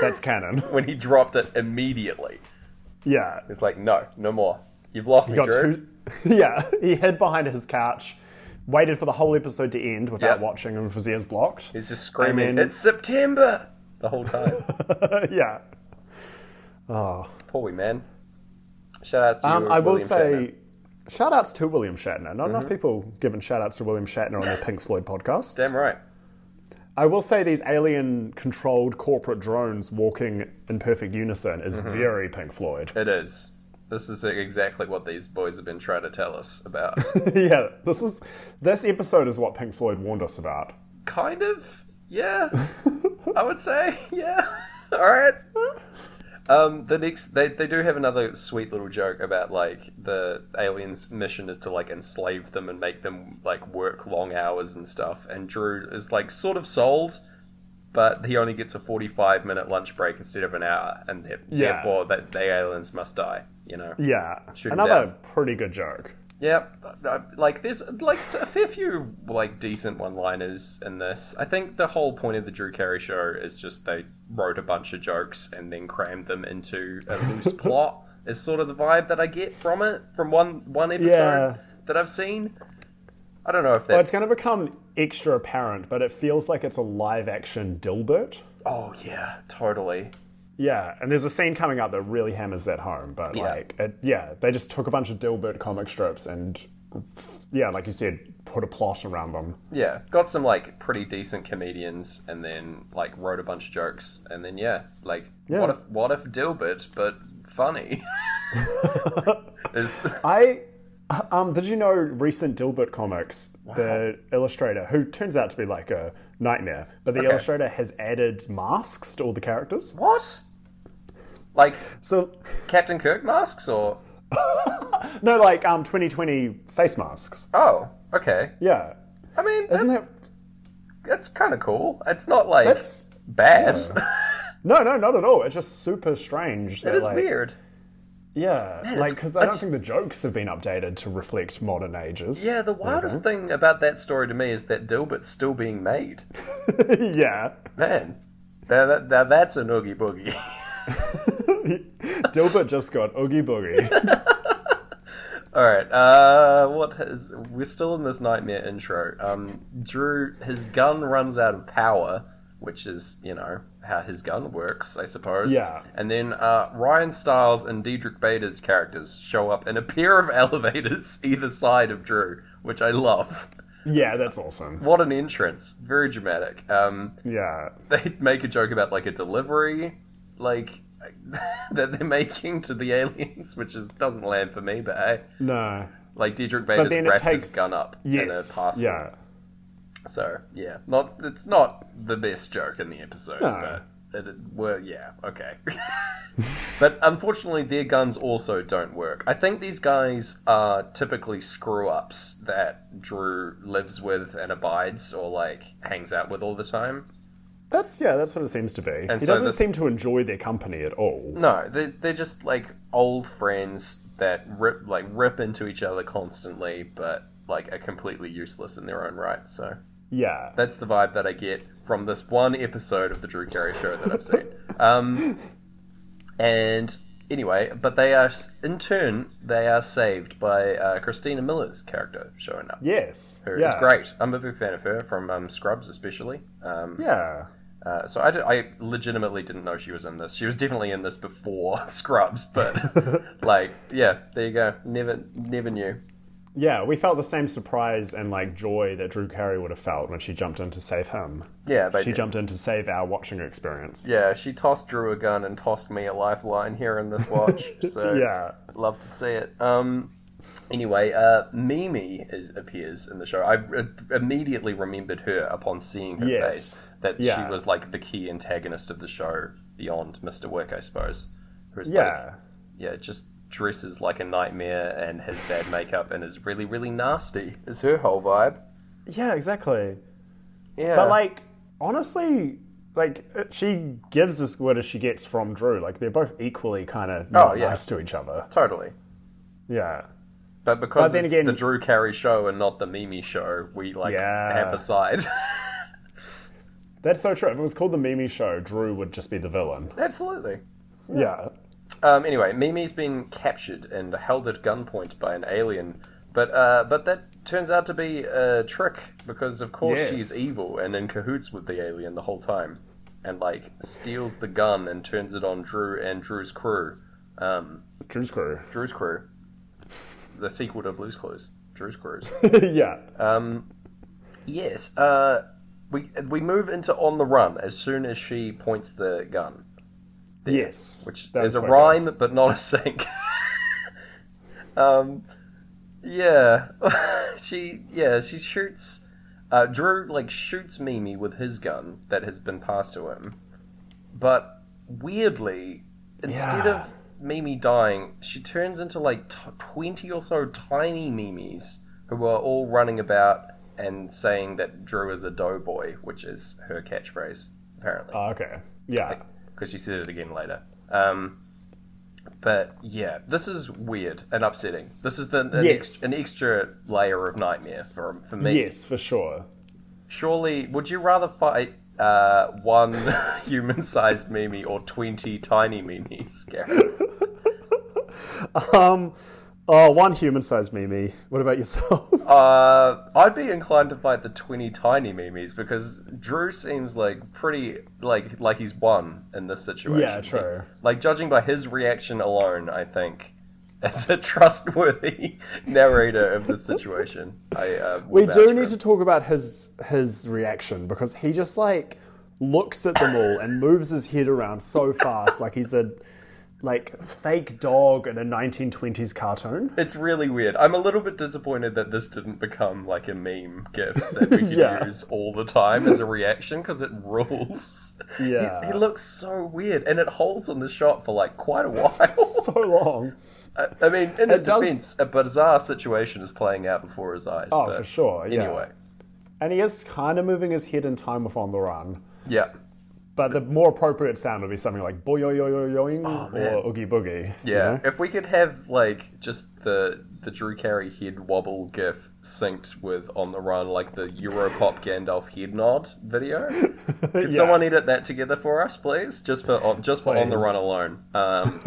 [SPEAKER 2] That's canon.
[SPEAKER 1] when he dropped it immediately.
[SPEAKER 2] Yeah.
[SPEAKER 1] It's like no, no more. You've lost me,
[SPEAKER 2] got
[SPEAKER 1] Drew.
[SPEAKER 2] two. Yeah, he hid behind his couch, waited for the whole episode to end without
[SPEAKER 1] Yep.
[SPEAKER 2] watching, and with his ears blocked.
[SPEAKER 1] He's just screaming,
[SPEAKER 2] And then-
[SPEAKER 1] "It's September!" the whole time.
[SPEAKER 2] yeah.
[SPEAKER 1] Poor wee man. Shout out to
[SPEAKER 2] Um,
[SPEAKER 1] you,
[SPEAKER 2] I will
[SPEAKER 1] William Shatner. Mm-hmm.
[SPEAKER 2] say, shout outs to William Shatner. Not enough people giving shout outs to William Shatner on their Pink Floyd podcast.
[SPEAKER 1] damn right.
[SPEAKER 2] I will say these alien controlled corporate drones walking in perfect unison is
[SPEAKER 1] Mm-hmm.
[SPEAKER 2] very Pink Floyd.
[SPEAKER 1] It is. This is exactly what these boys have been trying to tell us about.
[SPEAKER 2] yeah, this is this episode is what Pink Floyd warned us about.
[SPEAKER 1] kind of. Yeah. I would say. Yeah. All right. Um, the next, they, they do have another sweet little joke about like the aliens' mission is to like enslave them and make them like work long hours and stuff. And Drew is like sort of sold, but he only gets a forty-five minute lunch break instead of an hour, and therefore
[SPEAKER 2] Yeah.
[SPEAKER 1] therefore that the aliens must die. You know.
[SPEAKER 2] Yeah,
[SPEAKER 1] Shoot 'em
[SPEAKER 2] another pretty good joke.
[SPEAKER 1] Yep, uh, like there's like a fair few like decent one-liners in this. I think the whole point of the Drew Carey show is just they wrote a bunch of jokes and then crammed them into a loose plot. Is sort of the vibe that I get from it from one one episode
[SPEAKER 2] Yeah.
[SPEAKER 1] that I've seen. I don't know if
[SPEAKER 2] But
[SPEAKER 1] that's
[SPEAKER 2] it's going to become extra apparent, but it feels like it's a live action Dilbert.
[SPEAKER 1] oh yeah, totally.
[SPEAKER 2] Yeah, and there's a scene coming up that really hammers that home. But
[SPEAKER 1] Yeah.
[SPEAKER 2] like, it, yeah, they just took a bunch of Dilbert comic strips and, yeah, like you said, put a plot around them.
[SPEAKER 1] Yeah, got some like pretty decent comedians, and then like wrote a bunch of jokes, and then yeah, like what if what if Dilbert but funny? Is-
[SPEAKER 2] I um, did you know recent Dilbert comics, the illustrator, who turns out to be like a nightmare, but the
[SPEAKER 1] Okay.
[SPEAKER 2] illustrator has added masks to all the characters.
[SPEAKER 1] what? Like
[SPEAKER 2] So
[SPEAKER 1] Captain Kirk masks or
[SPEAKER 2] no, like um, 2020 face masks.
[SPEAKER 1] oh okay.
[SPEAKER 2] Yeah,
[SPEAKER 1] I mean
[SPEAKER 2] isn't
[SPEAKER 1] that's
[SPEAKER 2] that
[SPEAKER 1] that's kind of cool. It's not like
[SPEAKER 2] that's
[SPEAKER 1] bad.
[SPEAKER 2] no, no, not at all. It's just super strange.
[SPEAKER 1] it
[SPEAKER 2] that,
[SPEAKER 1] is
[SPEAKER 2] like,
[SPEAKER 1] weird.
[SPEAKER 2] Yeah, Like 'cause like
[SPEAKER 1] it's-
[SPEAKER 2] because I don't
[SPEAKER 1] it's-
[SPEAKER 2] think the jokes have been updated to reflect modern ages.
[SPEAKER 1] Yeah, the wildest thing about that story to me is that Dilbert's still being made.
[SPEAKER 2] yeah.
[SPEAKER 1] Man, now, that, now that's an oogie boogie.
[SPEAKER 2] Dilbert just got oogie boogie.
[SPEAKER 1] All right. Uh, what has we're still in this nightmare intro. Um, Drew, his gun runs out of power, which is you know how his gun works, I suppose.
[SPEAKER 2] Yeah.
[SPEAKER 1] And then uh, Ryan Stiles and Diedrich Bader's characters show up in a pair of elevators either side of Drew, which I love.
[SPEAKER 2] yeah, that's awesome.
[SPEAKER 1] What an entrance! Very dramatic. Um,
[SPEAKER 2] Yeah.
[SPEAKER 1] they make a joke about like a delivery, like that they're making to the aliens, which is doesn't land for me, but hey.
[SPEAKER 2] No.
[SPEAKER 1] Like Diedrich
[SPEAKER 2] But
[SPEAKER 1] Bader's
[SPEAKER 2] then it
[SPEAKER 1] wrapped
[SPEAKER 2] takes
[SPEAKER 1] his gun up in a
[SPEAKER 2] Yes.
[SPEAKER 1] parcel.
[SPEAKER 2] yeah.
[SPEAKER 1] So yeah, not it's not the best joke in the episode,
[SPEAKER 2] No.
[SPEAKER 1] but it, it well, yeah, okay. but unfortunately, their guns also don't work. I think these guys are typically screw ups that Drew lives with and abides, or like hangs out with all the time.
[SPEAKER 2] That's yeah, that's what it seems to be. he
[SPEAKER 1] so
[SPEAKER 2] doesn't
[SPEAKER 1] this-
[SPEAKER 2] seem to enjoy their company at all.
[SPEAKER 1] No, they they're just like old friends that rip like rip into each other constantly, but like are completely useless in their own right. So.
[SPEAKER 2] Yeah.
[SPEAKER 1] That's the vibe that I get from this one episode of the Drew Carey show that I've seen. Um, and anyway, but they are in turn they are saved by uh, Christina Miller's character showing up.
[SPEAKER 2] yes.
[SPEAKER 1] Who is
[SPEAKER 2] yeah.
[SPEAKER 1] great. I'm a big fan of her from um, Scrubs, especially. Um,
[SPEAKER 2] Yeah.
[SPEAKER 1] uh, so I, d- I legitimately didn't know she was in this. She was definitely in this before Scrubs, but like, yeah, there you go. Never, never knew.
[SPEAKER 2] Yeah, we felt the same surprise and like joy that Drew Carey would have felt when she jumped in to save him.
[SPEAKER 1] Yeah, they
[SPEAKER 2] she
[SPEAKER 1] did.
[SPEAKER 2] jumped in to save our watching experience.
[SPEAKER 1] Yeah, she tossed Drew a gun and tossed me a lifeline here in this watch. So
[SPEAKER 2] Yeah.
[SPEAKER 1] love to see it. Um, anyway, uh, Mimi is, appears in the show. I uh, immediately remembered her upon seeing her
[SPEAKER 2] Yes.
[SPEAKER 1] face that
[SPEAKER 2] Yeah.
[SPEAKER 1] she was like the key antagonist of the show beyond Mr. Work, I suppose. Who's
[SPEAKER 2] Yeah.
[SPEAKER 1] like, yeah, just dresses like a nightmare and has bad makeup and is really, really nasty. Is her whole vibe?
[SPEAKER 2] Yeah, exactly.
[SPEAKER 1] Yeah,
[SPEAKER 2] But like, honestly, like uh, she gives as good as she gets from Drew. Like they're both equally kind of not
[SPEAKER 1] Oh, yeah.
[SPEAKER 2] nice to each other.
[SPEAKER 1] totally.
[SPEAKER 2] Yeah.
[SPEAKER 1] But because
[SPEAKER 2] But then
[SPEAKER 1] it's
[SPEAKER 2] again-
[SPEAKER 1] the Drew Carey show and not the Mimi show, we like
[SPEAKER 2] Yeah.
[SPEAKER 1] have a side.
[SPEAKER 2] That's so true. If it was called the Mimi Show, Drew would just be the villain.
[SPEAKER 1] Absolutely.
[SPEAKER 2] Yeah.
[SPEAKER 1] Um, anyway, Mimi's been captured and held at gunpoint by an alien, but uh, but that turns out to be a trick because of course
[SPEAKER 2] Yes.
[SPEAKER 1] she's evil and in cahoots with the alien the whole time, and like steals the gun and turns it on Drew and Drew's crew.
[SPEAKER 2] Drew's crew.
[SPEAKER 1] Drew's crew, the sequel to Blue's Clues. Drew's crews.
[SPEAKER 2] yeah.
[SPEAKER 1] Uh,
[SPEAKER 2] Uh,
[SPEAKER 1] Yes. Uh, we we move into on the run as soon as she points the gun,
[SPEAKER 2] yes.
[SPEAKER 1] which
[SPEAKER 2] That
[SPEAKER 1] is
[SPEAKER 2] was
[SPEAKER 1] a
[SPEAKER 2] quite
[SPEAKER 1] rhyme but not a sync. um, yeah, she yeah she shoots. Uh, Drew like shoots Mimi with his gun that has been passed to him, but weirdly, instead
[SPEAKER 2] Yeah.
[SPEAKER 1] of Mimi dying, she turns into like t- twenty or so tiny Mimis who are all running about and saying that Drew is a doughboy, which is her catchphrase apparently
[SPEAKER 2] good. Oh, okay. Ah, Yeah.
[SPEAKER 1] because she said it again later. Um, But yeah, this is weird and upsetting. This is the, an,
[SPEAKER 2] Yes.
[SPEAKER 1] an extra layer of nightmare for, for me.
[SPEAKER 2] Yes, for sure.
[SPEAKER 1] Surely, would you rather fight uh, one human sized Mimi or 20 tiny Mimis, Gareth?
[SPEAKER 2] Oh, one human-sized Mimi. What about yourself?
[SPEAKER 1] Uh, I'd be inclined to fight the 20 tiny Mimis because Drew seems like pretty, like, like he's won in this situation.
[SPEAKER 2] Yeah, true.
[SPEAKER 1] Like, judging by his reaction alone, I think, as a trustworthy narrator of the situation, I, uh,
[SPEAKER 2] We do need to talk about his his reaction because he just like looks at them all and moves his head around so fast, like he's a like fake dog in a 1920s cartoon.
[SPEAKER 1] It's really weird. I'm a little bit disappointed that this didn't become like a meme gif that we could
[SPEAKER 2] Yeah.
[SPEAKER 1] use all the time as a reaction because it rules. He's-
[SPEAKER 2] Yeah.
[SPEAKER 1] he looks so weird, and it holds on the shot for like quite a while.
[SPEAKER 2] So long.
[SPEAKER 1] I, I mean, in his
[SPEAKER 2] It does-
[SPEAKER 1] defense, a bizarre situation is playing out before his eyes.
[SPEAKER 2] Oh,
[SPEAKER 1] but
[SPEAKER 2] for sure. Yeah.
[SPEAKER 1] Anyway,
[SPEAKER 2] and he is kind of moving his head in time with on the run.
[SPEAKER 1] yeah,
[SPEAKER 2] But the more appropriate sound would be something like boy yo yo yo yoing
[SPEAKER 1] Oh, man.
[SPEAKER 2] or oogie boogie. you
[SPEAKER 1] yeah.
[SPEAKER 2] know?
[SPEAKER 1] If we could have like just the the Drew Carey head wobble gif synced with on the run like the Europop Gandalf head nod video. Can
[SPEAKER 2] Yeah.
[SPEAKER 1] someone edit that together for us, please? Just for on, just for on the
[SPEAKER 2] Please.
[SPEAKER 1] run alone. Um,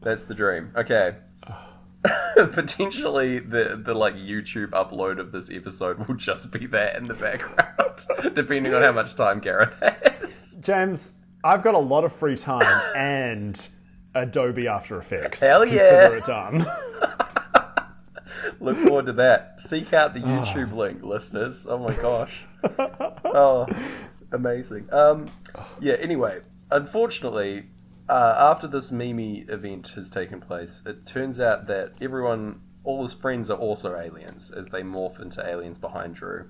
[SPEAKER 1] that's the dream. Okay. Potentially, the the like YouTube upload of this episode will just be that in the background, depending on how much time Gareth has.
[SPEAKER 2] James, I've got a lot of free time and Adobe After Effects.
[SPEAKER 1] Hell
[SPEAKER 2] Consider
[SPEAKER 1] yeah.
[SPEAKER 2] it done.
[SPEAKER 1] Look forward to that. Seek out the
[SPEAKER 2] Ah.
[SPEAKER 1] YouTube link, listeners. Oh my gosh. Oh, amazing. Um, yeah. Anyway, unfortunately, uh, after this Mimi event has taken place, it turns out that everyone, all his friends, are also aliens as they morph into aliens behind Drew.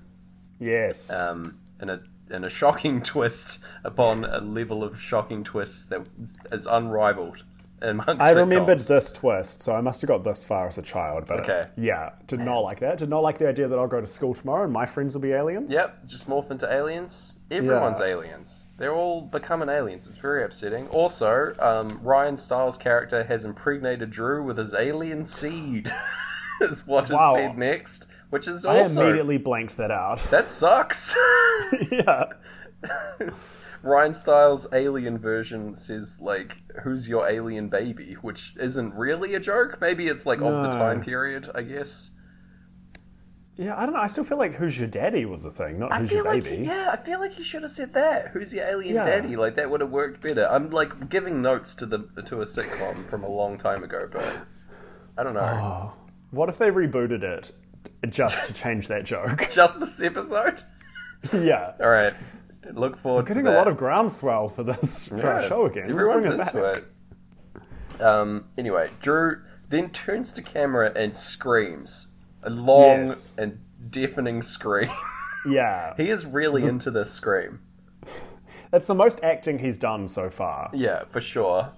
[SPEAKER 2] Yes.
[SPEAKER 1] Um, in a in a shocking twist upon a level of shocking twists that is- is unrivaled amongst.
[SPEAKER 2] I remembered
[SPEAKER 1] sitcoms.
[SPEAKER 2] this twist, so I must have got this far as a child. But
[SPEAKER 1] Okay.
[SPEAKER 2] yeah, did not like that. Did not like the idea that I'll go to school tomorrow and my friends will be aliens.
[SPEAKER 1] Yep, just morph into aliens. Everyone's aliens. They're all becoming aliens. It's very upsetting. Also, um, Ryan Styles' character has impregnated Drew with his alien seed, is what is
[SPEAKER 2] Wow.
[SPEAKER 1] said next, which is
[SPEAKER 2] I
[SPEAKER 1] also.
[SPEAKER 2] immediately blanked that out.
[SPEAKER 1] That sucks!
[SPEAKER 2] yeah.
[SPEAKER 1] Ryan Styles' alien version says, like, who's your alien baby? Which isn't really a joke. Maybe it's, like, of the
[SPEAKER 2] No.
[SPEAKER 1] time period, I guess.
[SPEAKER 2] Yeah, I don't know. I still feel like who's your daddy was the thing, not
[SPEAKER 1] I
[SPEAKER 2] who's
[SPEAKER 1] feel
[SPEAKER 2] your
[SPEAKER 1] like
[SPEAKER 2] baby.
[SPEAKER 1] he- yeah, I feel like he should have said that. Who's your alien
[SPEAKER 2] Yeah.
[SPEAKER 1] daddy? Like that would have worked better. I'm like giving notes to the to a sitcom from a long time ago, but I don't know.
[SPEAKER 2] Oh. What if they rebooted it just to change that joke?
[SPEAKER 1] Just this episode.
[SPEAKER 2] yeah.
[SPEAKER 1] All right, look forward.
[SPEAKER 2] Getting
[SPEAKER 1] to
[SPEAKER 2] a
[SPEAKER 1] that.
[SPEAKER 2] lot of groundswell for this for our
[SPEAKER 1] Yeah,
[SPEAKER 2] show again. Let's
[SPEAKER 1] Everyone's
[SPEAKER 2] bring it
[SPEAKER 1] into
[SPEAKER 2] back.
[SPEAKER 1] it. Um, anyway, Drew then turns to camera and screams a long
[SPEAKER 2] Yes.
[SPEAKER 1] and deafening scream.
[SPEAKER 2] Yeah.
[SPEAKER 1] he is really into this scream.
[SPEAKER 2] That's the most acting he's done so far.
[SPEAKER 1] Yeah, for sure.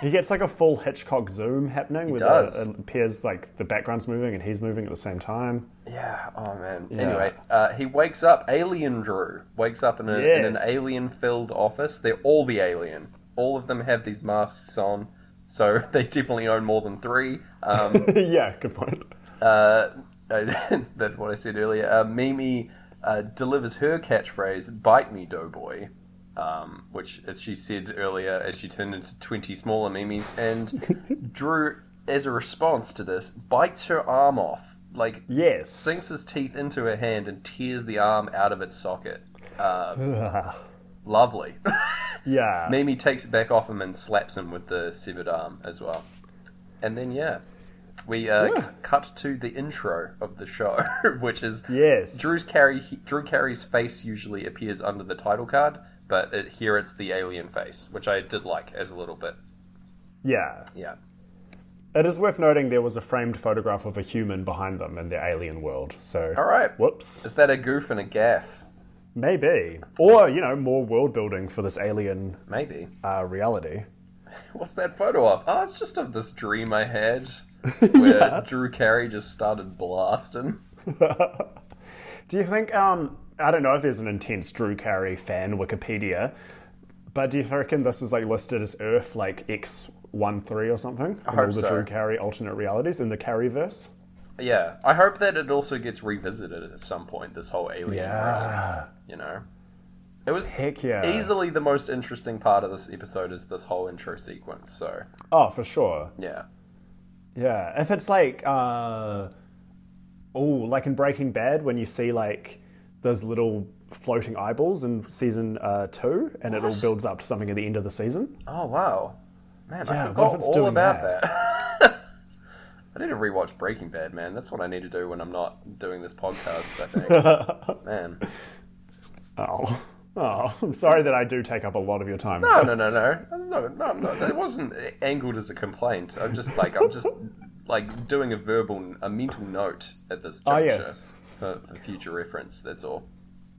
[SPEAKER 2] He gets like a full Hitchcock zoom happening with uh,
[SPEAKER 1] does.
[SPEAKER 2] it appears like the background's moving and he's moving at the same time.
[SPEAKER 1] Yeah. Oh man. Anyway, uh, he wakes up. Alien Drew wakes up in, a, in an
[SPEAKER 2] Yes.
[SPEAKER 1] alien-filled office. They're all the alien. All of them have these masks on, so they definitely own more than three. Um,
[SPEAKER 2] yeah, good point.
[SPEAKER 1] uh, that's what I said earlier. Uh, Mimi uh, delivers her catchphrase, "Bite me, Doughboy," um, which, as she said earlier, as she turned into twenty smaller Mimis, and Drew, as a response to this, bites her arm off. Like
[SPEAKER 2] Yes.
[SPEAKER 1] sinks his teeth into her hand and tears the arm out of its socket. Um,
[SPEAKER 2] Ugh.
[SPEAKER 1] Lovely.
[SPEAKER 2] yeah.
[SPEAKER 1] Mimi takes it back off him and slaps him with the severed arm as well. And then, yeah, we uh, c- cut to the intro of the show, which is
[SPEAKER 2] Yes.
[SPEAKER 1] Drew's Carey, Drew Carey's face usually appears under the title card, but it, here it's the alien face, which I did like as a little bit.
[SPEAKER 2] yeah.
[SPEAKER 1] Yeah.
[SPEAKER 2] It is worth noting there was a framed photograph of a human behind them in their alien world. So
[SPEAKER 1] All right.
[SPEAKER 2] Whoops.
[SPEAKER 1] Is that a goof and a gaff?
[SPEAKER 2] Maybe. Or, you know, more world building for this alien
[SPEAKER 1] Maybe.
[SPEAKER 2] uh, reality.
[SPEAKER 1] What's that photo of? Oh, it's just of this dream I had where Drew Carey just started blasting.
[SPEAKER 2] Do you think um I don't know if there's an intense Drew Carey fan Wikipedia, but do you reckon this is like listed as Earth like X one three or something. I
[SPEAKER 1] hope
[SPEAKER 2] all the
[SPEAKER 1] so.
[SPEAKER 2] Drew Carey alternate realities in the Careyverse.
[SPEAKER 1] Yeah, I hope that it also gets revisited at some point. This whole alien world,
[SPEAKER 2] Yeah.
[SPEAKER 1] you know, it was
[SPEAKER 2] Heck yeah.
[SPEAKER 1] easily the most interesting part of this episode is this whole intro sequence. So
[SPEAKER 2] Oh, for sure.
[SPEAKER 1] yeah,
[SPEAKER 2] Yeah. If it's like uh oh, like in Breaking Bad when you see like those little floating eyeballs in season uh, two and it all builds up to something at the end of the season.
[SPEAKER 1] oh wow, man,
[SPEAKER 2] Yeah,
[SPEAKER 1] I
[SPEAKER 2] what if
[SPEAKER 1] forgot
[SPEAKER 2] it's
[SPEAKER 1] all
[SPEAKER 2] doing
[SPEAKER 1] about that. I need to rewatch Breaking Bad, man. That's what I need to do when I'm not doing this podcast. I think, man.
[SPEAKER 2] Oh. Oh, I'm sorry that I do take up a lot of your time.
[SPEAKER 1] No, no, no, no, no, no, no. That wasn't angled as a complaint. I'm just like I'm just like doing a verbal, a mental note at this
[SPEAKER 2] Ah,
[SPEAKER 1] juncture
[SPEAKER 2] yes.
[SPEAKER 1] for, for future reference. That's all.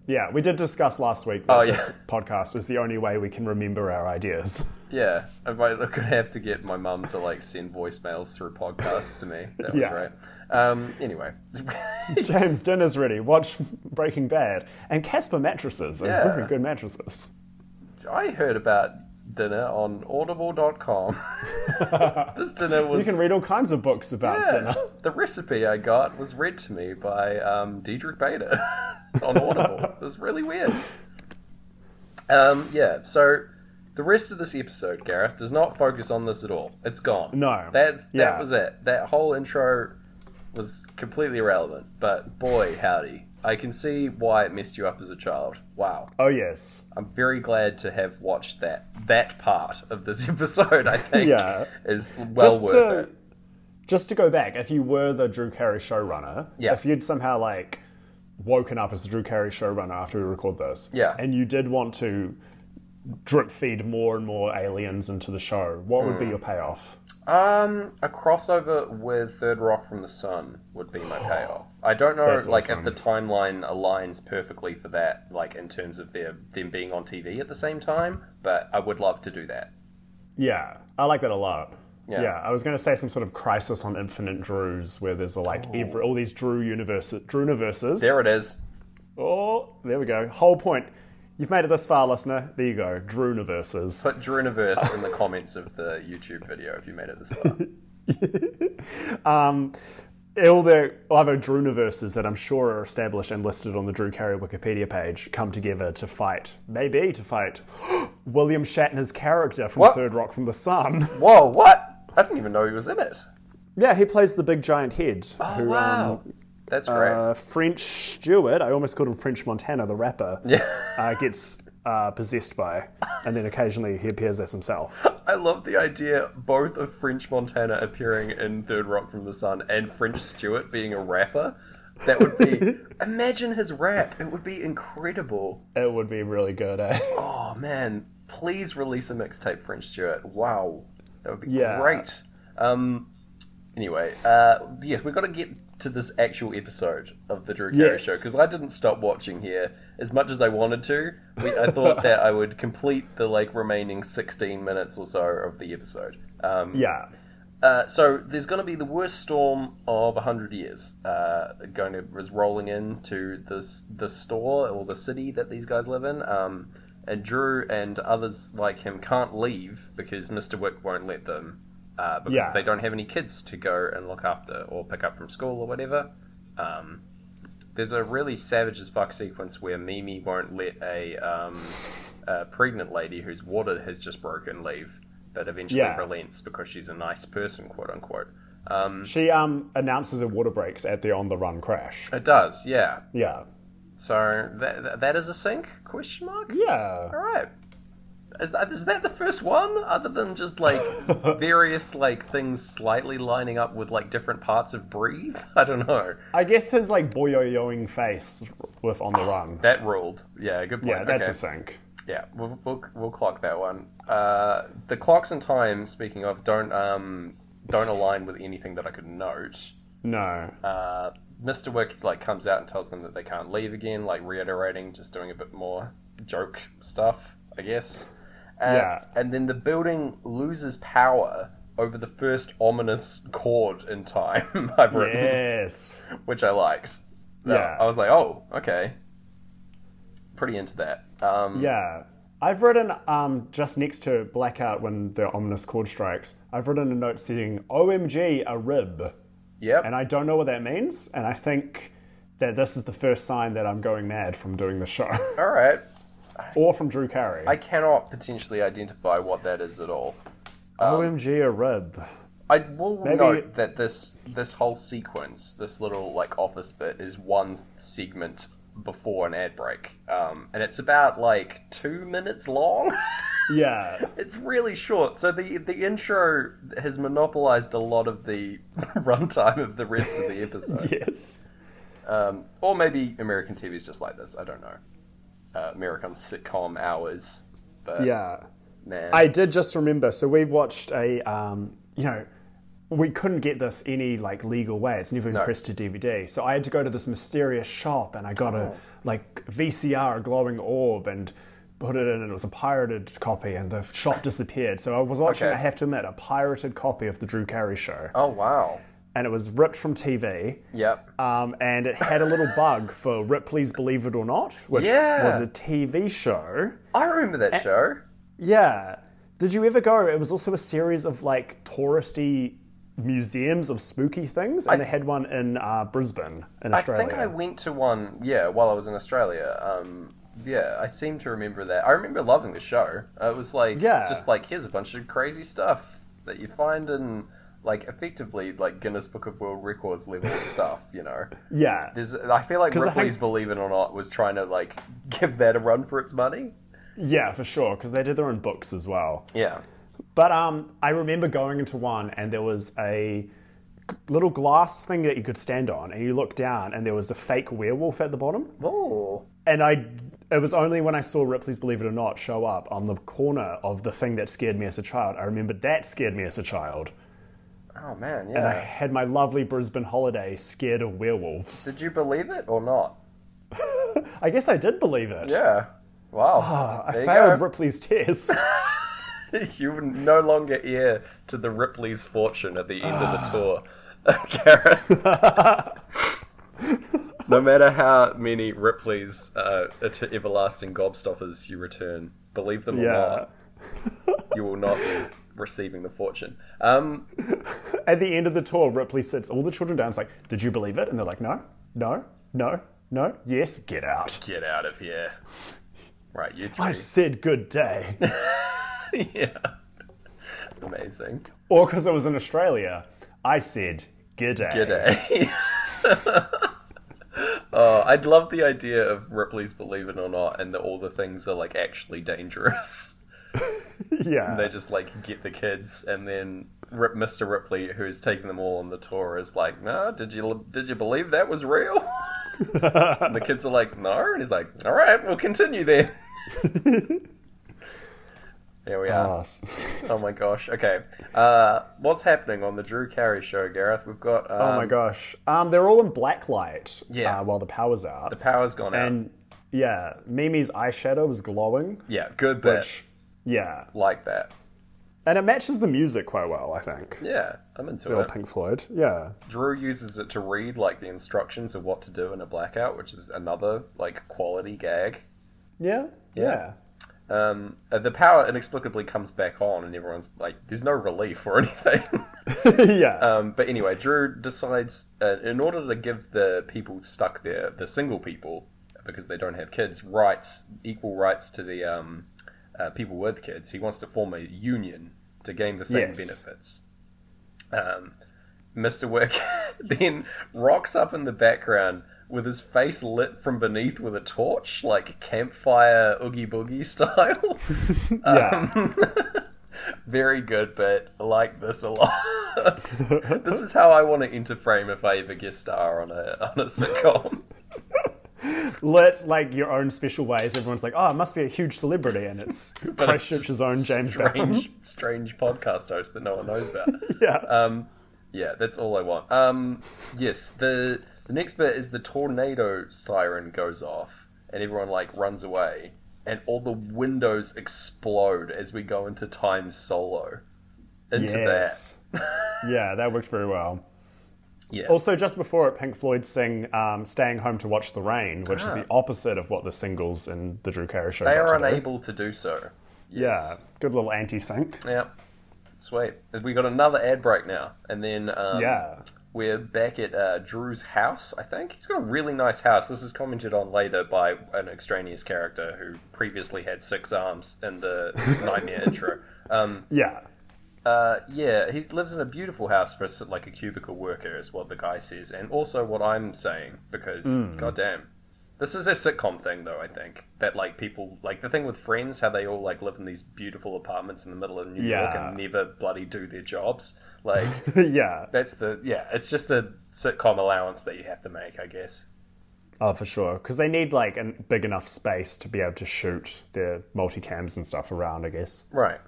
[SPEAKER 2] Yeah, we did discuss last week that
[SPEAKER 1] Oh, yeah.
[SPEAKER 2] this podcast is the only way we can remember our ideas.
[SPEAKER 1] Yeah, I might I could have to get my mum to like send voicemails through podcasts to me. That was
[SPEAKER 2] Yeah.
[SPEAKER 1] right. Um, anyway,
[SPEAKER 2] James, dinner's ready. Watch Breaking Bad. And Casper mattresses are
[SPEAKER 1] Yeah.
[SPEAKER 2] very good mattresses.
[SPEAKER 1] I heard about dinner on Audible.com. this dinner was
[SPEAKER 2] You can read all kinds of books about
[SPEAKER 1] Yeah.
[SPEAKER 2] dinner.
[SPEAKER 1] The recipe I got was read to me by um, Diedrich Bader on Audible. it was really weird. Um, yeah, so the rest of this episode, Gareth, does not focus on this at all. It's gone.
[SPEAKER 2] No.
[SPEAKER 1] That's that
[SPEAKER 2] Yeah.
[SPEAKER 1] was it. That whole intro was completely irrelevant. But boy, howdy. I can see why it messed you up as a child. Wow.
[SPEAKER 2] Oh, yes.
[SPEAKER 1] I'm very glad to have watched that that part of this episode, I think.
[SPEAKER 2] Yeah.
[SPEAKER 1] Is well
[SPEAKER 2] Just
[SPEAKER 1] Oh, worth
[SPEAKER 2] to-
[SPEAKER 1] it.
[SPEAKER 2] Just to go back, if you were the Drew Carey showrunner,
[SPEAKER 1] Yeah.
[SPEAKER 2] if you'd somehow like woken up as the Drew Carey showrunner after we record this,
[SPEAKER 1] Yeah.
[SPEAKER 2] and you did want to drip feed more and more aliens into the show, what would be
[SPEAKER 1] Hmm.
[SPEAKER 2] your payoff?
[SPEAKER 1] Um, a crossover with Third Rock from the Sun would be my payoff. I don't know,
[SPEAKER 2] That's
[SPEAKER 1] like, if
[SPEAKER 2] awesome.
[SPEAKER 1] the timeline aligns perfectly for that, like in terms of their them being on TV at the same time. But I would love to do that.
[SPEAKER 2] Yeah, I like that a lot.
[SPEAKER 1] Yeah.
[SPEAKER 2] Yeah, I was going to say some sort of crisis on Infinite Drews, where there's a, like every, all these Drew universes. Drew universes.
[SPEAKER 1] Oh. There it is.
[SPEAKER 2] oh, there we go. Whole point. You've made it this far, listener. There you go. Drew universes.
[SPEAKER 1] Put Druniverse in the comments of the YouTube video if you made it this far.
[SPEAKER 2] All the other Drew universes that I'm sure are established and listed on the Drew Carey Wikipedia page come together to fight, maybe to fight William Shatner's character from
[SPEAKER 1] What?
[SPEAKER 2] Third Rock from the Sun.
[SPEAKER 1] Whoa, what? I didn't even know he was in it.
[SPEAKER 2] yeah, he plays the big giant head. um,
[SPEAKER 1] Oh, wow, that's great.
[SPEAKER 2] uh, French Stewart, I almost called him French Montana, the rapper,
[SPEAKER 1] Yeah.
[SPEAKER 2] uh, gets uh, possessed by, and then occasionally he appears as himself.
[SPEAKER 1] I love the idea both of French Montana appearing in Third Rock from the Sun and French Stewart being a rapper. That would be. imagine his rap. It would be incredible.
[SPEAKER 2] It would be really good, eh?
[SPEAKER 1] Oh man, please release a mixtape, French Stewart. Wow, that would be
[SPEAKER 2] Yeah.
[SPEAKER 1] great. Um. Anyway, uh, yes, we've got to get to this actual episode of the Drew Carey
[SPEAKER 2] Yes.
[SPEAKER 1] Show because I didn't stop watching here as much as I wanted to. We, I thought that I would complete the like remaining sixteen minutes or so of the episode. Um,
[SPEAKER 2] Yeah.
[SPEAKER 1] uh, so there's going to be the worst storm of hundred years. Uh, going to is rolling into this the store or the city that these guys live in. Um, and Drew and others like him can't leave because Mr. Wick won't let them uh, because
[SPEAKER 2] Yeah.
[SPEAKER 1] they don't have any kids to go and look after or pick up from school or whatever. Um, there's a really savage as fuck sequence where Mimi won't let a, um, a pregnant lady whose water has just broken leave, but eventually
[SPEAKER 2] Yeah.
[SPEAKER 1] relents because she's a nice person, quote unquote. Um,
[SPEAKER 2] She um, announces her water breaks at the on the run crash.
[SPEAKER 1] it does, yeah.
[SPEAKER 2] Yeah.
[SPEAKER 1] So that that- that is a sink? Question mark.
[SPEAKER 2] Yeah.
[SPEAKER 1] All right. Is that, is that the first one? Other than just like various like things slightly lining up with like different parts of breathe? I don't know.
[SPEAKER 2] I guess his like boyoyoing face with on the run.
[SPEAKER 1] That ruled. Yeah, good point.
[SPEAKER 2] Yeah, that's
[SPEAKER 1] okay.
[SPEAKER 2] a sink.
[SPEAKER 1] Yeah, we'll, we'll, we'll clock that one. Uh, the clocks and time, speaking of, don't um, don't align with anything that I could note.
[SPEAKER 2] No.
[SPEAKER 1] Uh, Mr. Wick like comes out and tells them that they can't leave again, like reiterating, just doing a bit more joke stuff, I guess. Uh,
[SPEAKER 2] Yeah.
[SPEAKER 1] And then the building loses power over the first ominous chord in time I've written,
[SPEAKER 2] yes.
[SPEAKER 1] which I liked.
[SPEAKER 2] Yeah.
[SPEAKER 1] I was like, oh, okay. Pretty into that. Um,
[SPEAKER 2] Yeah. I've written um, just next to blackout when the ominous chord strikes. I've written a note saying "OMG, a rib,"
[SPEAKER 1] Yep.
[SPEAKER 2] and I don't know what that means. And I think that this is the first sign that I'm going mad from doing the show,
[SPEAKER 1] All right.
[SPEAKER 2] or from Drew Carey.
[SPEAKER 1] I um, cannot potentially identify what that is at all.
[SPEAKER 2] OMG, a rib.
[SPEAKER 1] I will
[SPEAKER 2] Maybe-
[SPEAKER 1] note that this this whole sequence, this little like office bit, is one segment before an ad break, um, and it's about like two minutes long.
[SPEAKER 2] Yeah,
[SPEAKER 1] it's really short. So the the intro has monopolized a lot of the runtime of the rest of the episode.
[SPEAKER 2] yes.
[SPEAKER 1] Um, or maybe American TV is just like this. I don't know. Uh, American sitcom hours, but
[SPEAKER 2] Yeah.
[SPEAKER 1] man,
[SPEAKER 2] I did just remember. So we watched a, um, you know, we couldn't get this any like legal way. It's never been pressed to DVD. So I had to go to this mysterious shop and I got
[SPEAKER 1] Oh.
[SPEAKER 2] a like VCR, a glowing orb, and put it in, and it was a pirated copy, and the shop disappeared. So I was watching.
[SPEAKER 1] Okay.
[SPEAKER 2] I have to admit, a pirated copy of the Drew Carey Show,
[SPEAKER 1] oh wow,
[SPEAKER 2] and it was ripped from TV.
[SPEAKER 1] yep,
[SPEAKER 2] Um, and it had a little bug for Ripley's Believe It or Not, which
[SPEAKER 1] Yeah.
[SPEAKER 2] was a TV show.
[SPEAKER 1] I remember that show.
[SPEAKER 2] Yeah. Did you ever go? It was also a series of like touristy museums of spooky things, and they had one in uh, Brisbane, in
[SPEAKER 1] I
[SPEAKER 2] Australia.
[SPEAKER 1] think I went to one, yeah, while I was in Australia. Um, yeah, I seem to remember that. I remember loving the show. Uh, It was like,
[SPEAKER 2] Yeah.
[SPEAKER 1] just like here's a bunch of crazy stuff that you find in like effectively like Guinness Book of World Records level stuff. You know,
[SPEAKER 2] yeah,
[SPEAKER 1] there's. I feel like
[SPEAKER 2] I
[SPEAKER 1] Ripley's
[SPEAKER 2] think-
[SPEAKER 1] Believe It or Not was trying to like give that a run for its money.
[SPEAKER 2] yeah, for sure, because they did their own books as well.
[SPEAKER 1] Yeah.
[SPEAKER 2] But um, I remember going into one, and there was a g- little glass thing that you could stand on, and you looked down, and there was a fake werewolf at the bottom.
[SPEAKER 1] Oh.
[SPEAKER 2] and I it was only when I saw Ripley's Believe It or Not show up on the corner of the thing that scared me as a child. I remembered that scared me as a child.
[SPEAKER 1] Oh man,
[SPEAKER 2] And I
[SPEAKER 1] yeah.
[SPEAKER 2] had my lovely Brisbane holiday scared of werewolves.
[SPEAKER 1] Did you believe it or not?
[SPEAKER 2] I guess I did believe it.
[SPEAKER 1] Yeah. Wow.
[SPEAKER 2] Ah, I
[SPEAKER 1] There you
[SPEAKER 2] failed
[SPEAKER 1] go.
[SPEAKER 2] Ripley's test.
[SPEAKER 1] you were no longer heir to the Ripley's fortune at the end of the tour,
[SPEAKER 2] Ah.
[SPEAKER 1] Gareth. no matter how many Ripley's uh, et- everlasting gobstoppers you return, believe them or
[SPEAKER 2] yeah.
[SPEAKER 1] not, you will not be receiving the fortune. Um,
[SPEAKER 2] At the end of the tour, Ripley sits all the children down. It's like, did you believe it? And they're like, no, no, no, no. Yes, get out.
[SPEAKER 1] get out of here. Right, you
[SPEAKER 2] I
[SPEAKER 1] three.
[SPEAKER 2] said good day.
[SPEAKER 1] yeah. Amazing.
[SPEAKER 2] or because it was in Australia, I said g'day.
[SPEAKER 1] G'day. oh, I'd love the idea of Ripley's Believe It or Not and that all the things are like actually dangerous.
[SPEAKER 2] Yeah.
[SPEAKER 1] They just like get the kids and then Rip Mr. Ripley, who's taking them all on the tour, is like, "No, did you did you believe that was real?" and the kids are like, "No," and he's like, "All right, we'll continue then." Here we are.
[SPEAKER 2] Ass.
[SPEAKER 1] Oh my gosh. Okay. Uh, what's happening on the Drew Carey show, Gareth? We've got um,
[SPEAKER 2] Oh my gosh. Um, they're all in black light
[SPEAKER 1] Yeah.
[SPEAKER 2] uh, while the power's out.
[SPEAKER 1] the power's gone out.
[SPEAKER 2] and yeah, Mimi's eyeshadow is glowing.
[SPEAKER 1] Yeah, good bit.
[SPEAKER 2] Which, yeah.
[SPEAKER 1] like that.
[SPEAKER 2] And it matches the music quite well, I think.
[SPEAKER 1] Yeah, I'm into
[SPEAKER 2] Or
[SPEAKER 1] it.
[SPEAKER 2] Pink Floyd. Yeah.
[SPEAKER 1] Drew uses it to read like the instructions of what to do in a blackout, which is another like quality gag.
[SPEAKER 2] Yeah. Yeah.
[SPEAKER 1] Um, uh, the power inexplicably comes back on, and everyone's like, "There's no relief or anything."
[SPEAKER 2] Yeah.
[SPEAKER 1] um, but anyway, Drew decides, uh, in order to give the people stuck there, the single people, because they don't have kids, rights, equal rights to the um, uh, people with kids. He wants to form a union to gain the same
[SPEAKER 2] Yes.
[SPEAKER 1] benefits. Um, Mr. Wick then rocks up in the background with his face lit from beneath with a torch, like campfire oogie boogie style.
[SPEAKER 2] yeah.
[SPEAKER 1] um, Very good bit. I like this a lot. this is how I want to enter frame if I ever guest star on a on a sitcom.
[SPEAKER 2] Lit like your own special ways. Everyone's like, oh, it must be a huge celebrity. And it's Christchurch's own James Brown.
[SPEAKER 1] strange, strange podcast host that no one knows about.
[SPEAKER 2] Yeah.
[SPEAKER 1] yeah, that's all I want. Um, yes, the the next bit is the tornado siren goes off and everyone like runs away and all the windows explode as we go into time solo. Into
[SPEAKER 2] yes. yeah, that worked very well.
[SPEAKER 1] that, Yeah.
[SPEAKER 2] Also, just before it, Pink Floyd sing um, "Staying Home to Watch the Rain," which is the opposite of what the singles in the Drew Carey show.
[SPEAKER 1] Ah. they
[SPEAKER 2] got
[SPEAKER 1] are
[SPEAKER 2] to do.
[SPEAKER 1] unable to do so.
[SPEAKER 2] Yeah, good little anti-sync.
[SPEAKER 1] Yeah. Yep. Sweet. We got another ad break now, and then um,
[SPEAKER 2] Yeah.
[SPEAKER 1] we're back at uh, Drew's house. I think he's got a really nice house. This is commented on later by an extraneous character who previously had six arms in the Nightmare intro. Um,
[SPEAKER 2] Yeah.
[SPEAKER 1] uh, yeah, he lives in a beautiful house for s- like a cubicle worker, is what the guy says, and also what I'm saying because
[SPEAKER 2] Hmm.
[SPEAKER 1] goddamn, this is a sitcom thing though. I think that like people like the thing with Friends, how they all like live in these beautiful apartments in the middle of New York
[SPEAKER 2] Yeah.
[SPEAKER 1] and never bloody do their jobs. Like
[SPEAKER 2] yeah.
[SPEAKER 1] that's the yeah, it's just a sitcom allowance that you have to make, I guess.
[SPEAKER 2] Oh, for sure. Because they need like a big enough space to be able to shoot their multicams and stuff around, I guess.
[SPEAKER 1] Right.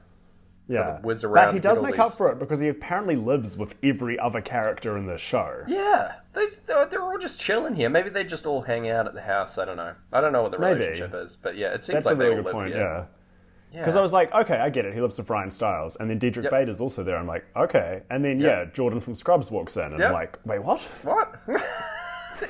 [SPEAKER 2] Yeah.
[SPEAKER 1] whiz
[SPEAKER 2] but
[SPEAKER 1] around,
[SPEAKER 2] he
[SPEAKER 1] get
[SPEAKER 2] does
[SPEAKER 1] all
[SPEAKER 2] make
[SPEAKER 1] these-
[SPEAKER 2] up for it because he apparently lives with every other character in the show.
[SPEAKER 1] Yeah, they they're they're all just chilling here. Maybe they just all hang out at the house. I don't know. I don't know what the
[SPEAKER 2] Maybe.
[SPEAKER 1] relationship is, but yeah, it seems
[SPEAKER 2] That's
[SPEAKER 1] like
[SPEAKER 2] a
[SPEAKER 1] they
[SPEAKER 2] really
[SPEAKER 1] all
[SPEAKER 2] good
[SPEAKER 1] live
[SPEAKER 2] point,
[SPEAKER 1] here.
[SPEAKER 2] yeah.
[SPEAKER 1] Yeah.
[SPEAKER 2] Because I was like, okay, I get it. He lives with Brian Styles. And then Diedrich Bader's also there. I'm like, okay. And then, yeah, Jordan from Scrubs walks in. And
[SPEAKER 1] Yep.
[SPEAKER 2] I'm like, wait, what?
[SPEAKER 1] What?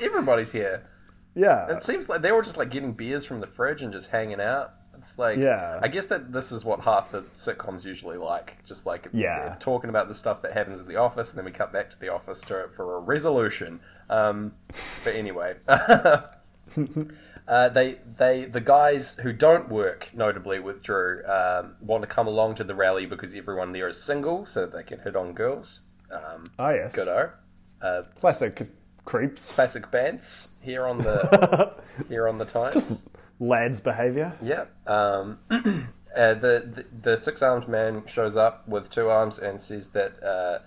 [SPEAKER 1] Everybody's here.
[SPEAKER 2] Yeah.
[SPEAKER 1] It seems like they were just like getting beers from the fridge and just hanging out. It's like,
[SPEAKER 2] Yeah.
[SPEAKER 1] I guess that this is what half the sitcoms usually like. Just like,
[SPEAKER 2] Yeah.
[SPEAKER 1] they're talking about the stuff that happens at the office, and then we cut back to the office to, for a resolution. Um, but anyway, Uh, they they the guys who don't work, notably with Drew, um, want to come along to the rally because everyone there is single, so they can hit on girls. Um,
[SPEAKER 2] oh, yes.
[SPEAKER 1] Goodo, Uh,
[SPEAKER 2] Classic c- creeps.
[SPEAKER 1] classic bands here on the here on the times.
[SPEAKER 2] Lads behavior.
[SPEAKER 1] Yeah. Um, uh, the the, the six armed man shows up with two arms and says that uh,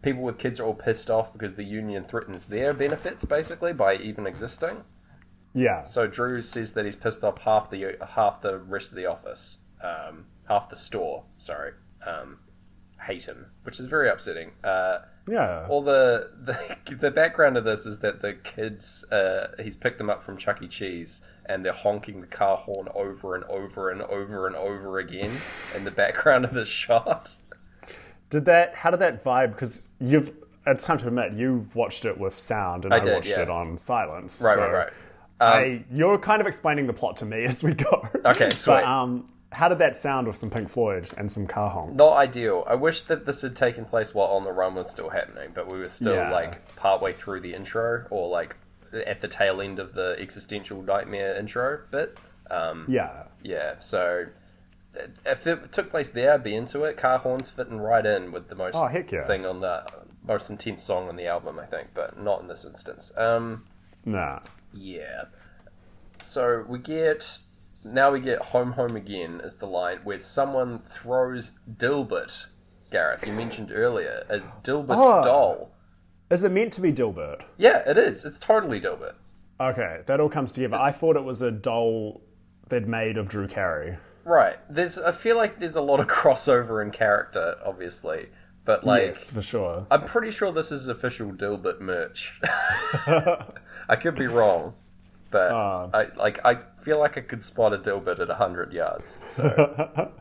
[SPEAKER 1] people with kids are all pissed off because the union threatens their benefits basically by even existing.
[SPEAKER 2] Yeah.
[SPEAKER 1] So Drew says that he's pissed off half the half the rest of the office, um, half the store. Sorry, um, hate him, which is very upsetting. Uh,
[SPEAKER 2] Yeah.
[SPEAKER 1] all the, the the background of this is that the kids uh, he's picked them up from Chuck E. Cheese and they're honking the car horn over and over and over and over again in the background of the shot.
[SPEAKER 2] Did that? How did that vibe? Because you've it's time to admit you've watched it with sound, and I,
[SPEAKER 1] did,
[SPEAKER 2] watched
[SPEAKER 1] yeah.
[SPEAKER 2] it on silence.
[SPEAKER 1] Right,
[SPEAKER 2] so
[SPEAKER 1] right, right. Um,
[SPEAKER 2] I you're kind of explaining the plot to me as we go.
[SPEAKER 1] Okay, sweet.
[SPEAKER 2] But um, how did that sound with some Pink Floyd and some car honks?
[SPEAKER 1] Not ideal. I wish that this had taken place while On the Run was still happening, but we were still
[SPEAKER 2] Yeah.
[SPEAKER 1] like partway through the intro or like at the tail end of the existential nightmare intro bit.
[SPEAKER 2] yeah.
[SPEAKER 1] Yeah, so uh, if it took place there, I'd be into it. Car horns fitting right in with the most
[SPEAKER 2] Oh, heck yeah.
[SPEAKER 1] thing on the most intense song on the album, I think, but not in this instance. Um,
[SPEAKER 2] Nah.
[SPEAKER 1] yeah. So we get now we get home home again is the line where someone throws Dilbert. Gareth, you mentioned earlier a Dilbert
[SPEAKER 2] Oh.
[SPEAKER 1] doll.
[SPEAKER 2] Is it meant to be Dilbert?
[SPEAKER 1] Yeah, it is. It's totally Dilbert.
[SPEAKER 2] Okay, that all comes together. I thought it was a doll they'd made of Drew Carey.
[SPEAKER 1] Right. There's. I feel like there's a lot of crossover in character, obviously, but like.
[SPEAKER 2] yes, for sure.
[SPEAKER 1] I'm pretty sure this is official Dilbert merch. I could be wrong, but
[SPEAKER 2] Um.
[SPEAKER 1] I like I feel like I could spot a Dilbert at 100 yards. So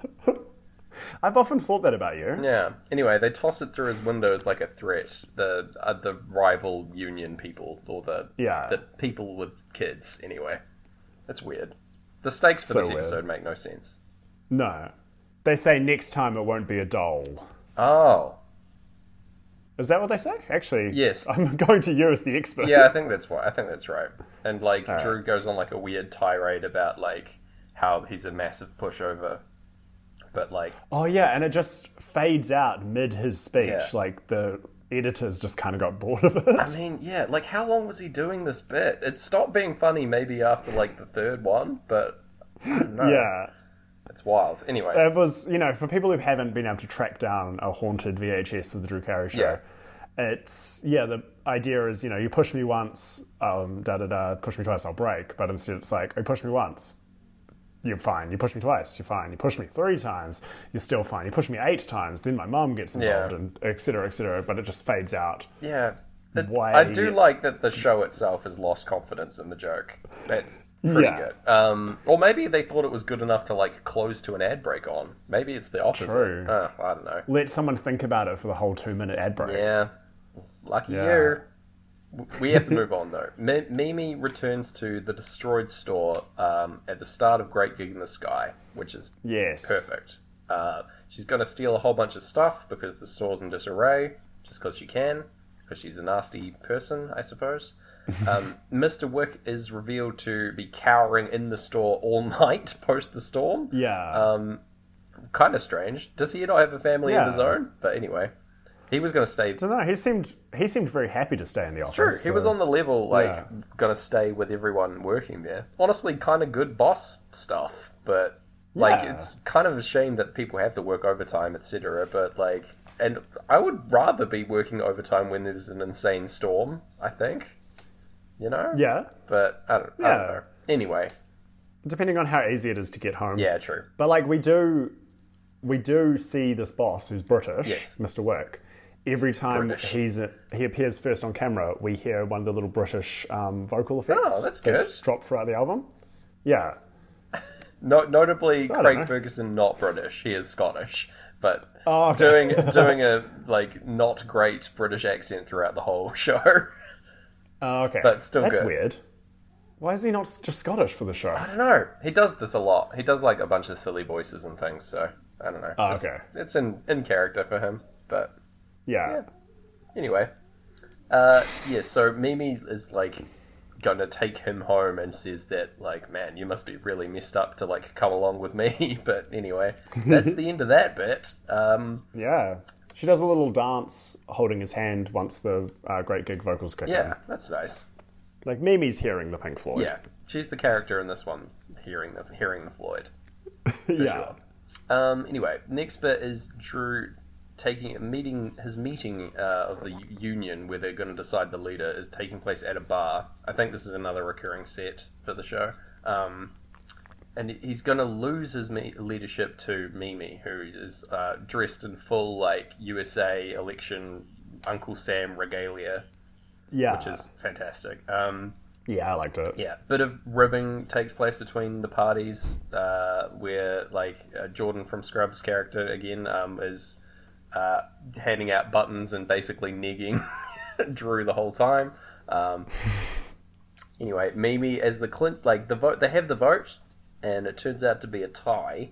[SPEAKER 2] I've often thought that about you.
[SPEAKER 1] yeah. Anyway, they toss it through his window as like a threat. The uh, the rival union people or the
[SPEAKER 2] Yeah.
[SPEAKER 1] the people with kids. Anyway, that's weird. The stakes for
[SPEAKER 2] So
[SPEAKER 1] this
[SPEAKER 2] weird.
[SPEAKER 1] episode make no sense.
[SPEAKER 2] No. They say next time it won't be a doll.
[SPEAKER 1] Oh
[SPEAKER 2] Is that what they say? Actually,
[SPEAKER 1] Yes.
[SPEAKER 2] I'm going to you as the expert.
[SPEAKER 1] yeah, I think that's why. I think that's right. And like Drew goes on like a weird tirade about like how he's a massive pushover. But like
[SPEAKER 2] Oh yeah, and it just fades out mid his speech.
[SPEAKER 1] Yeah.
[SPEAKER 2] Like the editors just kind of got bored of it.
[SPEAKER 1] I mean, yeah, like how long was he doing this bit? It stopped being funny maybe after like the third one, but I don't know.
[SPEAKER 2] yeah.
[SPEAKER 1] It's wild. Anyway,
[SPEAKER 2] It was, you know, for people who haven't been able to track down a haunted VHS of the Drew Carey show, it's yeah, the idea is, you know, you push me once, um, da da da, push me twice, I'll break. But instead it's like, you push me once, you're fine. You push me twice, you're fine. You push me three times, you're still fine. You push me eight times, then my mum gets involved and et cetera, et cetera, but it just fades out.
[SPEAKER 1] yeah. It-
[SPEAKER 2] Why-
[SPEAKER 1] I do like that the show itself has lost confidence in the joke. That's pretty
[SPEAKER 2] Yeah.
[SPEAKER 1] good. Um, or maybe they thought it was good enough to like close to an ad break on. Maybe it's the opposite.
[SPEAKER 2] True.
[SPEAKER 1] Uh, I don't know.
[SPEAKER 2] let someone think about it for the whole two minute ad break.
[SPEAKER 1] Yeah. Lucky
[SPEAKER 2] Yeah.
[SPEAKER 1] you. we have to move on though. M- Mimi returns to the destroyed store um, at the start of Great Gig in the Sky, which is
[SPEAKER 2] Yes.
[SPEAKER 1] perfect. Uh, she's going to steal a whole bunch of stuff because the store's in disarray, just because she can, because she's a nasty person, I suppose. Um, Mr. Wick is revealed to be cowering in the store all night post the storm.
[SPEAKER 2] Yeah.
[SPEAKER 1] Uh, Kind of strange. Does he not have a family
[SPEAKER 2] Yeah.
[SPEAKER 1] of his own? But anyway, he was going to stay
[SPEAKER 2] don't know. He seemed he seemed very happy to stay in the office.
[SPEAKER 1] True, he was
[SPEAKER 2] so-
[SPEAKER 1] on the level, like
[SPEAKER 2] uh, Yeah.
[SPEAKER 1] gonna stay with everyone working there. Honestly, kind of good boss stuff, but like
[SPEAKER 2] Yeah.
[SPEAKER 1] it's kind of a shame that people have to work overtime, etc. But like, and I would rather be working overtime when there's an insane storm. I think, you know.
[SPEAKER 2] Yeah.
[SPEAKER 1] But I don't. I
[SPEAKER 2] Yeah.
[SPEAKER 1] don't know. Anyway,
[SPEAKER 2] Depending on how easy it is to get home.
[SPEAKER 1] yeah, true.
[SPEAKER 2] But like we do, we do see this boss who's British,
[SPEAKER 1] Yes.
[SPEAKER 2] Mr. Work. Every time
[SPEAKER 1] British.
[SPEAKER 2] he's he appears first on camera, we hear one of the little British um, vocal effects
[SPEAKER 1] Oh, that's
[SPEAKER 2] that
[SPEAKER 1] good.
[SPEAKER 2] drop throughout the album. Yeah,
[SPEAKER 1] No, notably,
[SPEAKER 2] I don't know.
[SPEAKER 1] Craig Ferguson not British. He is Scottish, but
[SPEAKER 2] Oh,
[SPEAKER 1] doing doing a like not great British accent throughout the whole show.
[SPEAKER 2] Oh, okay,
[SPEAKER 1] But still
[SPEAKER 2] that's
[SPEAKER 1] good. Ah,
[SPEAKER 2] weird. Why is he not just Scottish for the show?
[SPEAKER 1] I don't know. He does this a lot. He does like a bunch of silly voices and things. So I don't know.
[SPEAKER 2] Oh,
[SPEAKER 1] It's-
[SPEAKER 2] okay.
[SPEAKER 1] It's, in in character for him. But
[SPEAKER 2] Yeah,
[SPEAKER 1] anyway, uh, yeah. So Mimi is like gonna take him home and says that like, man, you must be really messed up to like come along with me. but anyway, that's the end of that bit. Um,
[SPEAKER 2] yeah. She does a little dance, holding his hand once the uh, great gig vocals kick in.
[SPEAKER 1] yeah, that's nice.
[SPEAKER 2] Like Mimi's hearing the Pink Floyd.
[SPEAKER 1] Yeah, she's the character in this one. Hearing the hearing the Floyd.
[SPEAKER 2] yeah.
[SPEAKER 1] Um, anyway, next bit is Drew taking a meeting. His meeting uh, of the u- union, where they're going to decide the leader, is taking place at a bar. I think this is another recurring set for the show. Um, and he's going to lose his me- leadership to Mimi, who is uh, dressed in full like USA election Uncle Sam regalia,
[SPEAKER 2] Yeah.
[SPEAKER 1] which is fantastic. Um,
[SPEAKER 2] yeah, I liked it.
[SPEAKER 1] yeah, bit of ribbing takes place between the parties, uh, where like uh, Jordan from Scrubs character again um, is uh, handing out buttons and basically negging Drew the whole time. Um, anyway, Mimi as the Clint like the vote they have the vote, and it turns out to be a tie.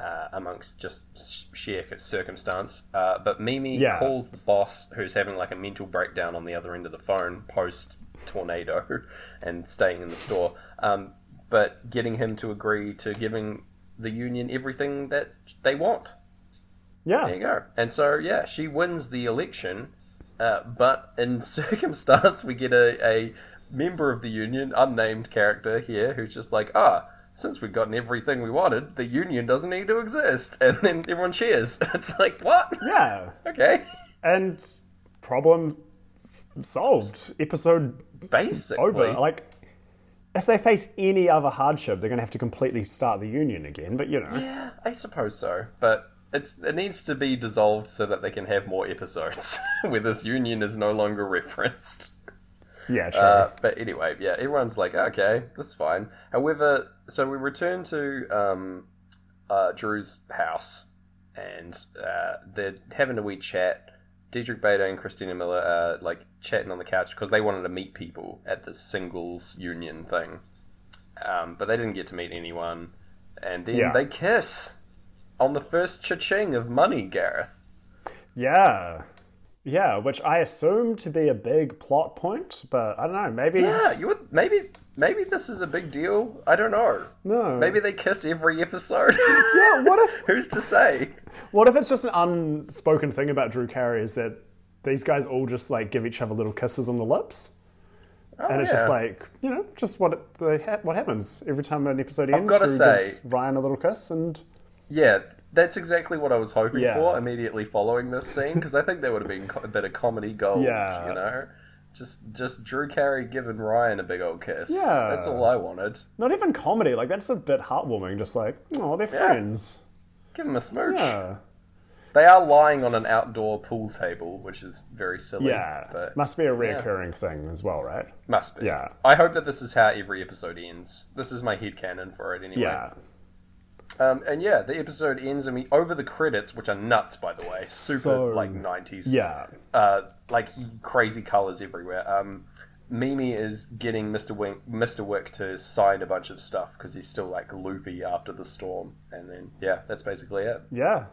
[SPEAKER 1] Uh, amongst just sh- sheer circumstance, uh, but Mimi
[SPEAKER 2] Yeah.
[SPEAKER 1] calls the boss, who's having like a mental breakdown on the other end of the phone post tornado, and staying in the store. Um, but getting him to agree to giving the union everything that they want.
[SPEAKER 2] Yeah.
[SPEAKER 1] There you go. And so, yeah, she wins the election, uh, but in circumstance, we get a, a member of the union, unnamed character here, who's just like, ah, since we've gotten everything we wanted, the union doesn't need to exist. And then everyone cheers. It's like, what?
[SPEAKER 2] Yeah.
[SPEAKER 1] Okay.
[SPEAKER 2] And problem solved. Episode
[SPEAKER 1] Basically.
[SPEAKER 2] over. Like, if they face any other hardship, they're going to have to completely start the union again. But you know,
[SPEAKER 1] Yeah, I suppose so. But it's it needs to be dissolved so that they can have more episodes where this union is no longer referenced.
[SPEAKER 2] yeah, sure.
[SPEAKER 1] Uh, but anyway, yeah, everyone's like, okay, this is fine. However, so we return to um, uh, Drew's house, and uh, they're having a wee chat. Dedrick Bader and Christina Miller are like chatting on the couch because they wanted to meet people at this singles union thing, um, but they didn't get to meet anyone. And then
[SPEAKER 2] Yeah.
[SPEAKER 1] they kiss on the first cha-ching of money, Gareth.
[SPEAKER 2] yeah, yeah. Which I assume to be a big plot point, but I don't know. Maybe
[SPEAKER 1] Yeah, you would maybe maybe this is a big deal. I don't know.
[SPEAKER 2] no.
[SPEAKER 1] Maybe they kiss every episode.
[SPEAKER 2] yeah. What if
[SPEAKER 1] Who's to say?
[SPEAKER 2] what if it's just an unspoken thing about Drew Carey is that these guys all just like give each other little kisses on the lips. and it's just
[SPEAKER 1] Oh, yeah.
[SPEAKER 2] like you know, just what it, the, ha- what happens every time an episode ends.
[SPEAKER 1] gotta
[SPEAKER 2] Drew
[SPEAKER 1] say-
[SPEAKER 2] gives Ryan a little kiss, and
[SPEAKER 1] Yeah, that's exactly what I was hoping
[SPEAKER 2] Yeah.
[SPEAKER 1] for immediately following this scene because I think that would have been co- a bit of comedy gold.
[SPEAKER 2] Yeah.
[SPEAKER 1] You know, just just Drew Carey giving Ryan a big old kiss.
[SPEAKER 2] Yeah.
[SPEAKER 1] that's all I wanted.
[SPEAKER 2] not even comedy. Like that's a bit heartwarming. Just like oh, they're friends.
[SPEAKER 1] Give him a smooch.
[SPEAKER 2] Yeah,
[SPEAKER 1] They are lying on an outdoor pool table, which is very silly.
[SPEAKER 2] yeah.
[SPEAKER 1] but
[SPEAKER 2] Must be a reoccurring thing as well, right?
[SPEAKER 1] must be.
[SPEAKER 2] Yeah.
[SPEAKER 1] I hope that this is how every episode ends. This is my headcanon for it anyway.
[SPEAKER 2] Yeah.
[SPEAKER 1] Um, and yeah, the episode ends, and we over the credits, which are nuts, by the way, super
[SPEAKER 2] So-
[SPEAKER 1] like nineties,
[SPEAKER 2] Yeah.
[SPEAKER 1] uh, like crazy colors everywhere. Um, Mimi is getting Mister Wink, Mister Wick to sign a bunch of stuff because he's still like loopy after the storm, and then yeah, that's basically it.
[SPEAKER 2] Yeah.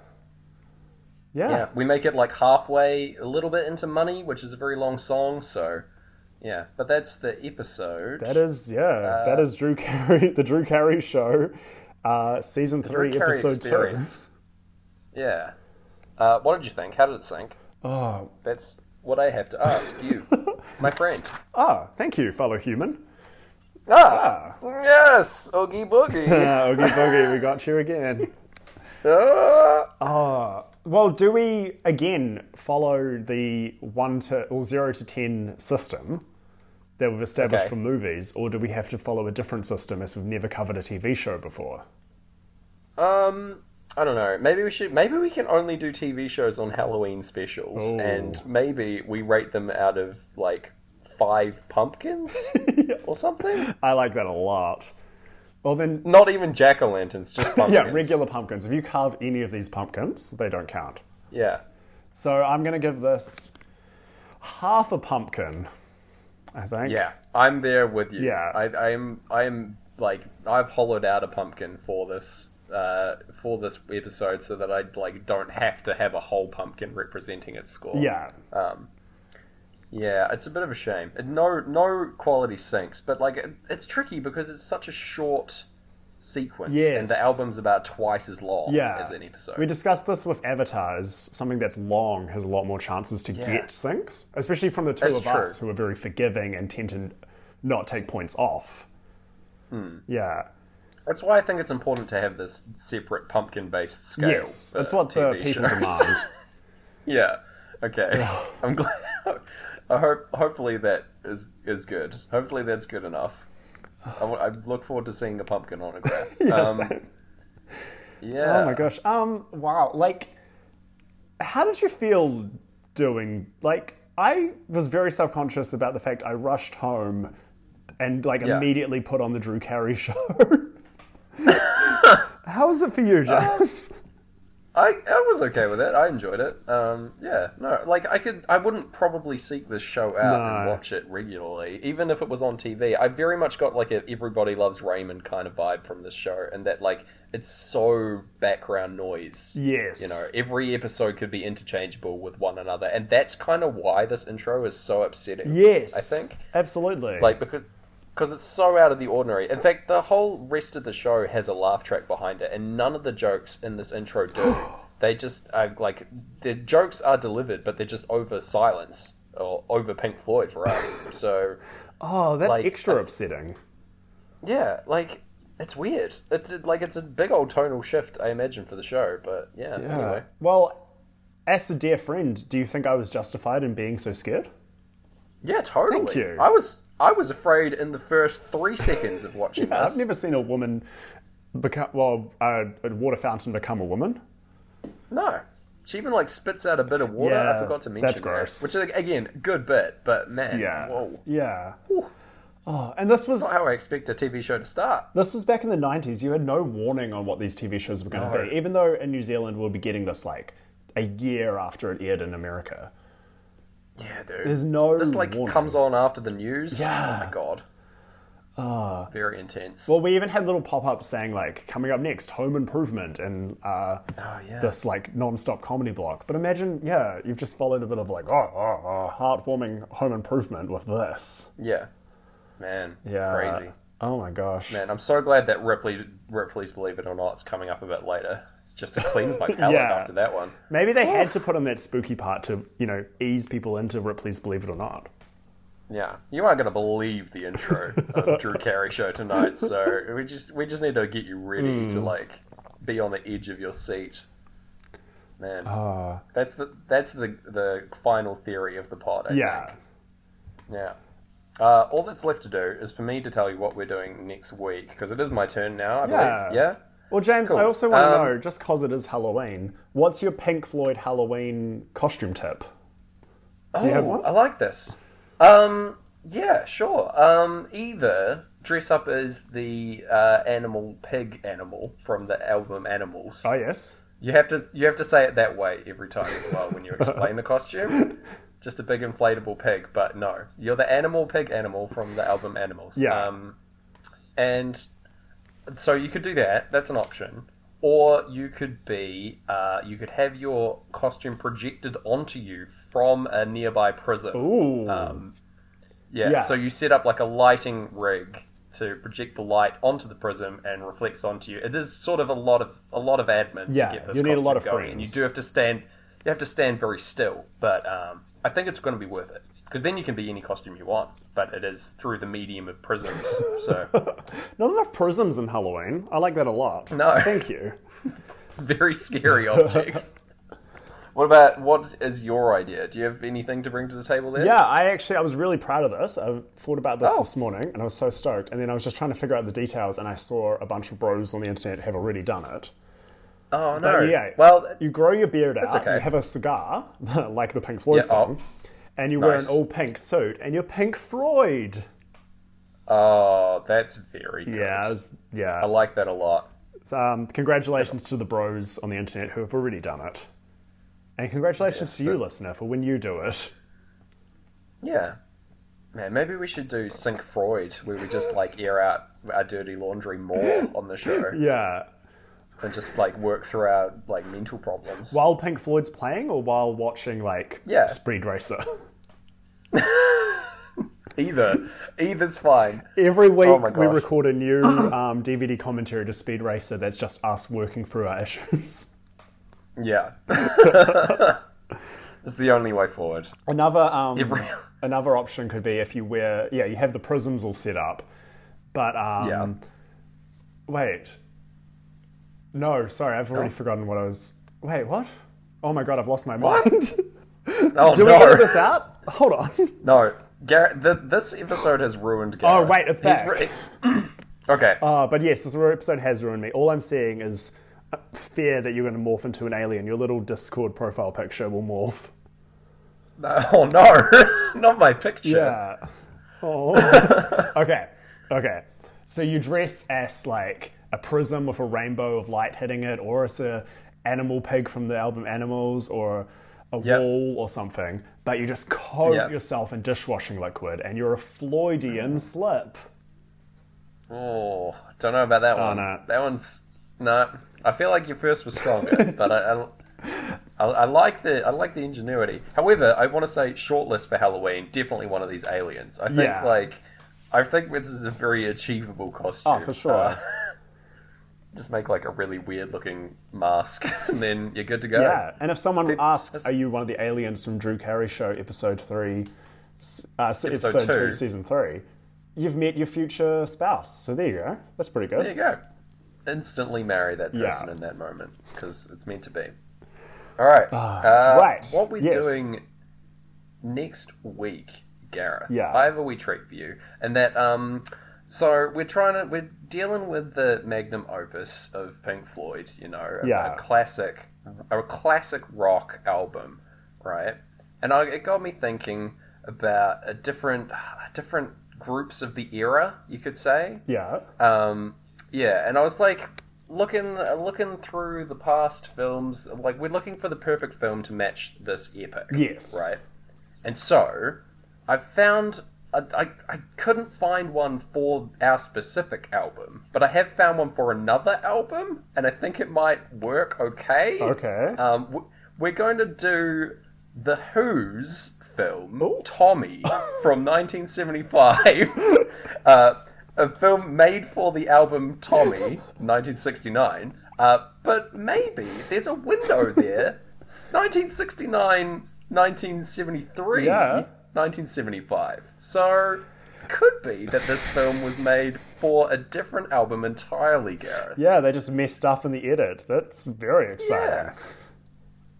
[SPEAKER 2] Yeah.
[SPEAKER 1] Yeah, we make it like halfway, a little bit into money, which is a very long song, so yeah. But that's the episode.
[SPEAKER 2] That is yeah.
[SPEAKER 1] Uh,
[SPEAKER 2] that is Drew Carey, the Drew Carey show, uh, season three,
[SPEAKER 1] Drew Carey
[SPEAKER 2] episode
[SPEAKER 1] experience. Yeah. Uh, what did you think? How did it sink?
[SPEAKER 2] two. Oh,
[SPEAKER 1] That's what I have to ask you, my friend.
[SPEAKER 2] ah, thank you, fellow human.
[SPEAKER 1] Ah, yes, Oogie Boogie.
[SPEAKER 2] Ah, Oogie boogie, we got you again.
[SPEAKER 1] Ah.
[SPEAKER 2] Ah, well, do we again follow the one to or zero to ten system that we've established
[SPEAKER 1] Okay.
[SPEAKER 2] for movies, or do we have to follow a different system as we've never covered a TV show before?
[SPEAKER 1] um, I don't know. Maybe we should. Maybe we can only do TV shows on Halloween specials,
[SPEAKER 2] Ooh.
[SPEAKER 1] and maybe we rate them out of like five pumpkins or something.
[SPEAKER 2] I like that a lot. Well, then,
[SPEAKER 1] Not even jack o' lanterns, just pumpkins.
[SPEAKER 2] yeah, regular pumpkins. If you carve any of these pumpkins, they don't count.
[SPEAKER 1] Yeah.
[SPEAKER 2] So I'm going to give this half a pumpkin, I think.
[SPEAKER 1] Yeah, I'm there with you.
[SPEAKER 2] Yeah.
[SPEAKER 1] I, I'm. I'm like I've hollowed out a pumpkin for this uh, for this episode, so that I like don't have to have a whole pumpkin representing its score.
[SPEAKER 2] Yeah.
[SPEAKER 1] yeah, it's a bit of a shame. And No, no quality sinks, but like it, it's tricky because it's such a short sequence, and the
[SPEAKER 2] Yes.
[SPEAKER 1] album's about twice as long
[SPEAKER 2] Yeah.
[SPEAKER 1] as an episode.
[SPEAKER 2] We discussed this with avatars. Something that's long has a lot more chances to
[SPEAKER 1] Yeah.
[SPEAKER 2] get sinks, especially from the two
[SPEAKER 1] That's
[SPEAKER 2] of
[SPEAKER 1] true.
[SPEAKER 2] us who are very forgiving and tend to not take points off.
[SPEAKER 1] Hmm.
[SPEAKER 2] Yeah.
[SPEAKER 1] That's why I think it's important to have this separate pumpkin-based scale.
[SPEAKER 2] yes.
[SPEAKER 1] for
[SPEAKER 2] That's what the
[SPEAKER 1] TV
[SPEAKER 2] people
[SPEAKER 1] uh, shows.
[SPEAKER 2] demand.
[SPEAKER 1] Yeah. Okay. I'm glad. I hope. Hopefully that is is good. Hopefully that's good enough. I, w- I look forward to seeing a pumpkin autograph.
[SPEAKER 2] Yes.
[SPEAKER 1] um, yeah.
[SPEAKER 2] Oh my gosh. Um. Wow. Like, how did you feel doing? Like, I was very self conscious about the fact I rushed home and like
[SPEAKER 1] Yeah.
[SPEAKER 2] immediately put on the Drew Carey show. how was it for
[SPEAKER 1] Um,
[SPEAKER 2] you, James?
[SPEAKER 1] I I was okay with it. I enjoyed it. Um. Yeah. No. Like I could. I wouldn't probably seek this show out and
[SPEAKER 2] No.
[SPEAKER 1] watch it regularly, even if it was on TV. I very much got like a Everybody Loves Raymond kind of vibe from this show, and that like it's so background noise.
[SPEAKER 2] yes.
[SPEAKER 1] you know every episode could be interchangeable with one another and that's kind of why this intro is so upsetting
[SPEAKER 2] Yes.
[SPEAKER 1] i think
[SPEAKER 2] absolutely.
[SPEAKER 1] like because because it's so out of the ordinary in fact the whole rest of the show has a laugh track behind it and none of the jokes in this intro do they just are like the jokes are delivered but they're just over silence or over pink floyd for us so
[SPEAKER 2] oh, that's
[SPEAKER 1] like, uh,
[SPEAKER 2] extra
[SPEAKER 1] I-
[SPEAKER 2] upsetting.
[SPEAKER 1] yeah like it's weird it's uh, like it's a big old tonal shift i imagine for the show but yeah, anyway
[SPEAKER 2] Uh, Well, as a dear friend, do you think I was justified in being so scared?
[SPEAKER 1] Yeah, totally.
[SPEAKER 2] Thank you.
[SPEAKER 1] I was I was afraid in the first three seconds of watching
[SPEAKER 2] I've
[SPEAKER 1] this.
[SPEAKER 2] never seen a woman become well a, a water fountain become a woman.
[SPEAKER 1] No, she even like spits out a bit of water. I
[SPEAKER 2] Yeah,
[SPEAKER 1] forgot to mention
[SPEAKER 2] that's
[SPEAKER 1] that,
[SPEAKER 2] gross.
[SPEAKER 1] which is, again, good bit, but man,
[SPEAKER 2] Yeah.
[SPEAKER 1] whoa,
[SPEAKER 2] Yeah. Oh, and this was
[SPEAKER 1] how I expect a TV show to start.
[SPEAKER 2] this was back in the '90s. You had no warning on what these TV shows were going to
[SPEAKER 1] No.
[SPEAKER 2] be, even though in New Zealand we'll be getting this like a year after it aired in America.
[SPEAKER 1] Yeah, dude.
[SPEAKER 2] There's no
[SPEAKER 1] this like
[SPEAKER 2] warning.
[SPEAKER 1] comes on after the news.
[SPEAKER 2] Yeah. Ah.
[SPEAKER 1] Oh my god. Very intense.
[SPEAKER 2] Well, we even had little pop-ups saying like coming up next, Home Improvement, and uh,
[SPEAKER 1] oh yeah.
[SPEAKER 2] this like non-stop comedy block. But imagine, yeah, you've just followed a bit of like oh, oh, oh heartwarming Home Improvement with this.
[SPEAKER 1] yeah. Man.
[SPEAKER 2] Yeah.
[SPEAKER 1] Crazy.
[SPEAKER 2] Oh my gosh.
[SPEAKER 1] Man, I'm so glad that Ripley Ripley's Believe It or Not's coming up a bit later. It's just to cleanse my palate
[SPEAKER 2] Yeah.
[SPEAKER 1] after that one.
[SPEAKER 2] Maybe they had to put in that spooky part to, you know, ease people into Ripley's Believe It or Not.
[SPEAKER 1] Yeah, you aren't going to believe the intro of Drew Carey show tonight. So we just we just need to get you ready to
[SPEAKER 2] Hmm.
[SPEAKER 1] like be on the edge of your seat. Man,
[SPEAKER 2] Ah.
[SPEAKER 1] that's the that's the the final theory of the pod. I
[SPEAKER 2] Yeah.
[SPEAKER 1] think. yeah. Uh, all that's left to do is for me to tell you what we're doing next week because it is my turn now. I
[SPEAKER 2] Yeah.
[SPEAKER 1] believe. Yeah.
[SPEAKER 2] Well, James, I also want to
[SPEAKER 1] Um,
[SPEAKER 2] know, just because it is Halloween, what's your Pink Floyd Halloween costume tip? Do you have
[SPEAKER 1] Oh,
[SPEAKER 2] one?
[SPEAKER 1] I like this. Um, yeah, sure. Um, either dress up as the uh, animal pig animal from the album Animals.
[SPEAKER 2] Oh yes.
[SPEAKER 1] You have to you have to say it that way every time as well when you explain the costume. Just a big inflatable pig, but no, you're the animal pig animal from the album Animals.
[SPEAKER 2] Yeah.
[SPEAKER 1] Um, and so you could do that. That's an option. Or you could be, uh, you could have your costume projected onto you from a nearby prism.
[SPEAKER 2] Ooh.
[SPEAKER 1] Um, Yeah,
[SPEAKER 2] Yeah.
[SPEAKER 1] so you set up like a lighting rig to project the light onto the prism and reflects onto you. It is sort of a lot of a lot of admin
[SPEAKER 2] Yeah,
[SPEAKER 1] to get this
[SPEAKER 2] you need a lot
[SPEAKER 1] costume
[SPEAKER 2] of
[SPEAKER 1] going. And you
[SPEAKER 2] frames.
[SPEAKER 1] do have to stand you have to stand very still, but um, I think it's going to be worth it. Because then you can be any costume you want, but it is through the medium of prisms. So
[SPEAKER 2] Not enough prisms in Halloween. I like that a lot.
[SPEAKER 1] No.
[SPEAKER 2] Thank you.
[SPEAKER 1] very scary objects. What about what is your idea? Do you have anything to bring to the table there?
[SPEAKER 2] Yeah, I actually I was really proud of this. I thought about this
[SPEAKER 1] Oh.
[SPEAKER 2] this morning, and I was so stoked. And then I was just trying to figure out the details, and I saw a bunch of bros on the internet have already done it.
[SPEAKER 1] Oh no.
[SPEAKER 2] yeah.
[SPEAKER 1] Well,
[SPEAKER 2] You grow your beard out,
[SPEAKER 1] okay.
[SPEAKER 2] you have a cigar, like the Pink Floyd
[SPEAKER 1] Yeah, oh.
[SPEAKER 2] song, and you wear an
[SPEAKER 1] Nice.
[SPEAKER 2] all pink suit, and you're Pink Floyd.
[SPEAKER 1] oh, that's very good.
[SPEAKER 2] Yeah, it was- yeah.
[SPEAKER 1] I like that a lot.
[SPEAKER 2] So, um, congratulations to the bros on the internet who have already done it, and congratulations to you, listener, for when you do it.
[SPEAKER 1] Yeah. Man, maybe we should do Sync Freud, where we just like air out our dirty laundry more on the show
[SPEAKER 2] Yeah.
[SPEAKER 1] and just like work through our like mental problems.
[SPEAKER 2] While Pink Floyd's playing, or while watching like
[SPEAKER 1] Yeah.
[SPEAKER 2] Speed Racer.
[SPEAKER 1] Either, either's fine.
[SPEAKER 2] Every week
[SPEAKER 1] Oh my
[SPEAKER 2] we
[SPEAKER 1] gosh.
[SPEAKER 2] record a new um, DVD commentary to Speed Racer that's just us working through our issues.
[SPEAKER 1] Yeah, it's the only way forward.
[SPEAKER 2] another um,
[SPEAKER 1] Every-
[SPEAKER 2] another option could be if you wear yeah you have the prisms all set up, but um,
[SPEAKER 1] Yeah,
[SPEAKER 2] wait, no sorry I've already forgotten what I was wait what oh my god I've lost my mind.
[SPEAKER 1] oh
[SPEAKER 2] Do we
[SPEAKER 1] no,
[SPEAKER 2] edit this out? Hold on.
[SPEAKER 1] no, Garrett. Th- this episode has ruined Garrett.
[SPEAKER 2] Oh, wait, it's
[SPEAKER 1] He's
[SPEAKER 2] back.
[SPEAKER 1] re- okay,
[SPEAKER 2] Uh, but yes, this episode has ruined me. All I'm seeing is uh, fear that you're going to morph into an alien. Your little Discord profile picture will morph.
[SPEAKER 1] oh no, not my picture.
[SPEAKER 2] Yeah. Oh. okay. Okay. So you dress as like a prism with a rainbow of light hitting it, or as a animal pig from the album Animals, or a
[SPEAKER 1] Yep.
[SPEAKER 2] wall or something. But you just coat
[SPEAKER 1] Yep.
[SPEAKER 2] yourself in dishwashing liquid, and you're a Floydian slip.
[SPEAKER 1] Oh, don't know about that one.
[SPEAKER 2] no.
[SPEAKER 1] That one's no. I feel like your first was stronger, but I, I, I like the I like the ingenuity. However, I want to say shortlist for Halloween. Definitely one of these aliens. I think
[SPEAKER 2] Yeah.
[SPEAKER 1] like I think this is a very achievable costume.
[SPEAKER 2] Oh, for sure.
[SPEAKER 1] Uh, just make like a really weird looking mask, and then you're good to go.
[SPEAKER 2] Yeah, and if someone asks, "Are you one of the aliens from Drew Carey Show, episode three, s- uh, s- episode, two.
[SPEAKER 1] two.
[SPEAKER 2] season three, you've met your future spouse. So there you go. That's pretty good.
[SPEAKER 1] There you go. Instantly marry that
[SPEAKER 2] Yeah.
[SPEAKER 1] person in that moment because it's meant to be. All right. Uh,
[SPEAKER 2] Ah, right,
[SPEAKER 1] What we're
[SPEAKER 2] yes.
[SPEAKER 1] doing next week, Gareth.
[SPEAKER 2] Yeah.
[SPEAKER 1] I have a wee treat for you, and that um, so we're trying to we're dealing with the magnum opus of Pink Floyd. You know, a-
[SPEAKER 2] Yeah.
[SPEAKER 1] a classic, a classic rock album, right? And I, it got me thinking about a different, different groups of the era, you could say.
[SPEAKER 2] Yeah.
[SPEAKER 1] Um, yeah, and I was like looking looking through the past films, like we're looking for the perfect film to match this epic.
[SPEAKER 2] Yes.
[SPEAKER 1] Right. And so I found I, I, I couldn't find one for our specific album, but I have found one for another album, and I think it might work okay.
[SPEAKER 2] Okay.
[SPEAKER 1] Um, w- we're going to do the Who's film
[SPEAKER 2] Ooh.
[SPEAKER 1] Tommy from 1975, uh, a film made for the album Tommy 1969. Uh, but maybe there's a window there. It's 1969, 1973,
[SPEAKER 2] Yeah.
[SPEAKER 1] 1975. So. Could be that this film was made for a different album entirely, Gareth.
[SPEAKER 2] yeah, they just messed up in the edit. That's very exciting.
[SPEAKER 1] Yeah.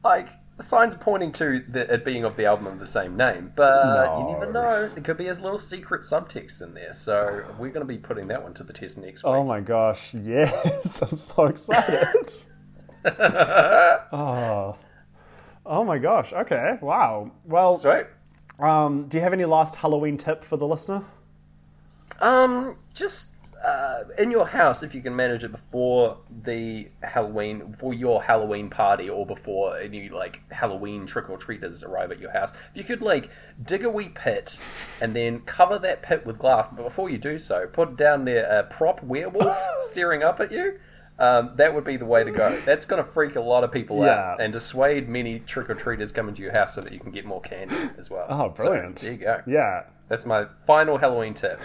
[SPEAKER 1] Like, signs pointing to the, it being of the album of the same name, but you never
[SPEAKER 2] No.
[SPEAKER 1] know. There could be a little secret subtext in there, so we're going to be putting that one to the test next week.
[SPEAKER 2] Oh my gosh, yes. I'm so excited. oh. oh my gosh. Okay. Wow. Well,
[SPEAKER 1] That's right.
[SPEAKER 2] um, do you have any last Halloween tip for the listener?
[SPEAKER 1] Um, just uh, in your house, if you can manage it before the Halloween, before your Halloween party, or before any like Halloween trick or treaters arrive at your house, if you could like dig a wee pit and then cover that pit with glass, but before you do so, put down there a prop werewolf staring up at you. Um, that would be the way to go. That's going to freak a lot of people
[SPEAKER 2] Yeah.
[SPEAKER 1] out and dissuade many trick or treaters coming to your house so that you can get more candy as well.
[SPEAKER 2] Oh,
[SPEAKER 1] So,
[SPEAKER 2] brilliant.
[SPEAKER 1] there you go.
[SPEAKER 2] Yeah.
[SPEAKER 1] That's my final Halloween tip.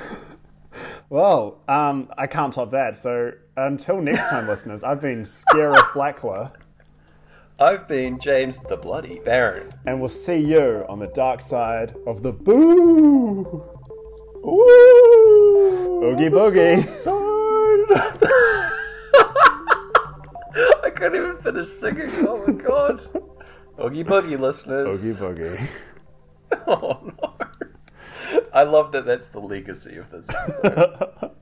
[SPEAKER 2] Well, um, I can't top that. So until next time, listeners, I've been Scarif Blackler,
[SPEAKER 1] I've been James the Bloody Baron.
[SPEAKER 2] and we'll see you on the dark side of the boo. Ooh. Boogie boogie.
[SPEAKER 1] I couldn't even finish singing. Oh my god. Oogie boogie, listeners.
[SPEAKER 2] Boogie boogie.
[SPEAKER 1] Oh no. I love that that's the legacy of this episode.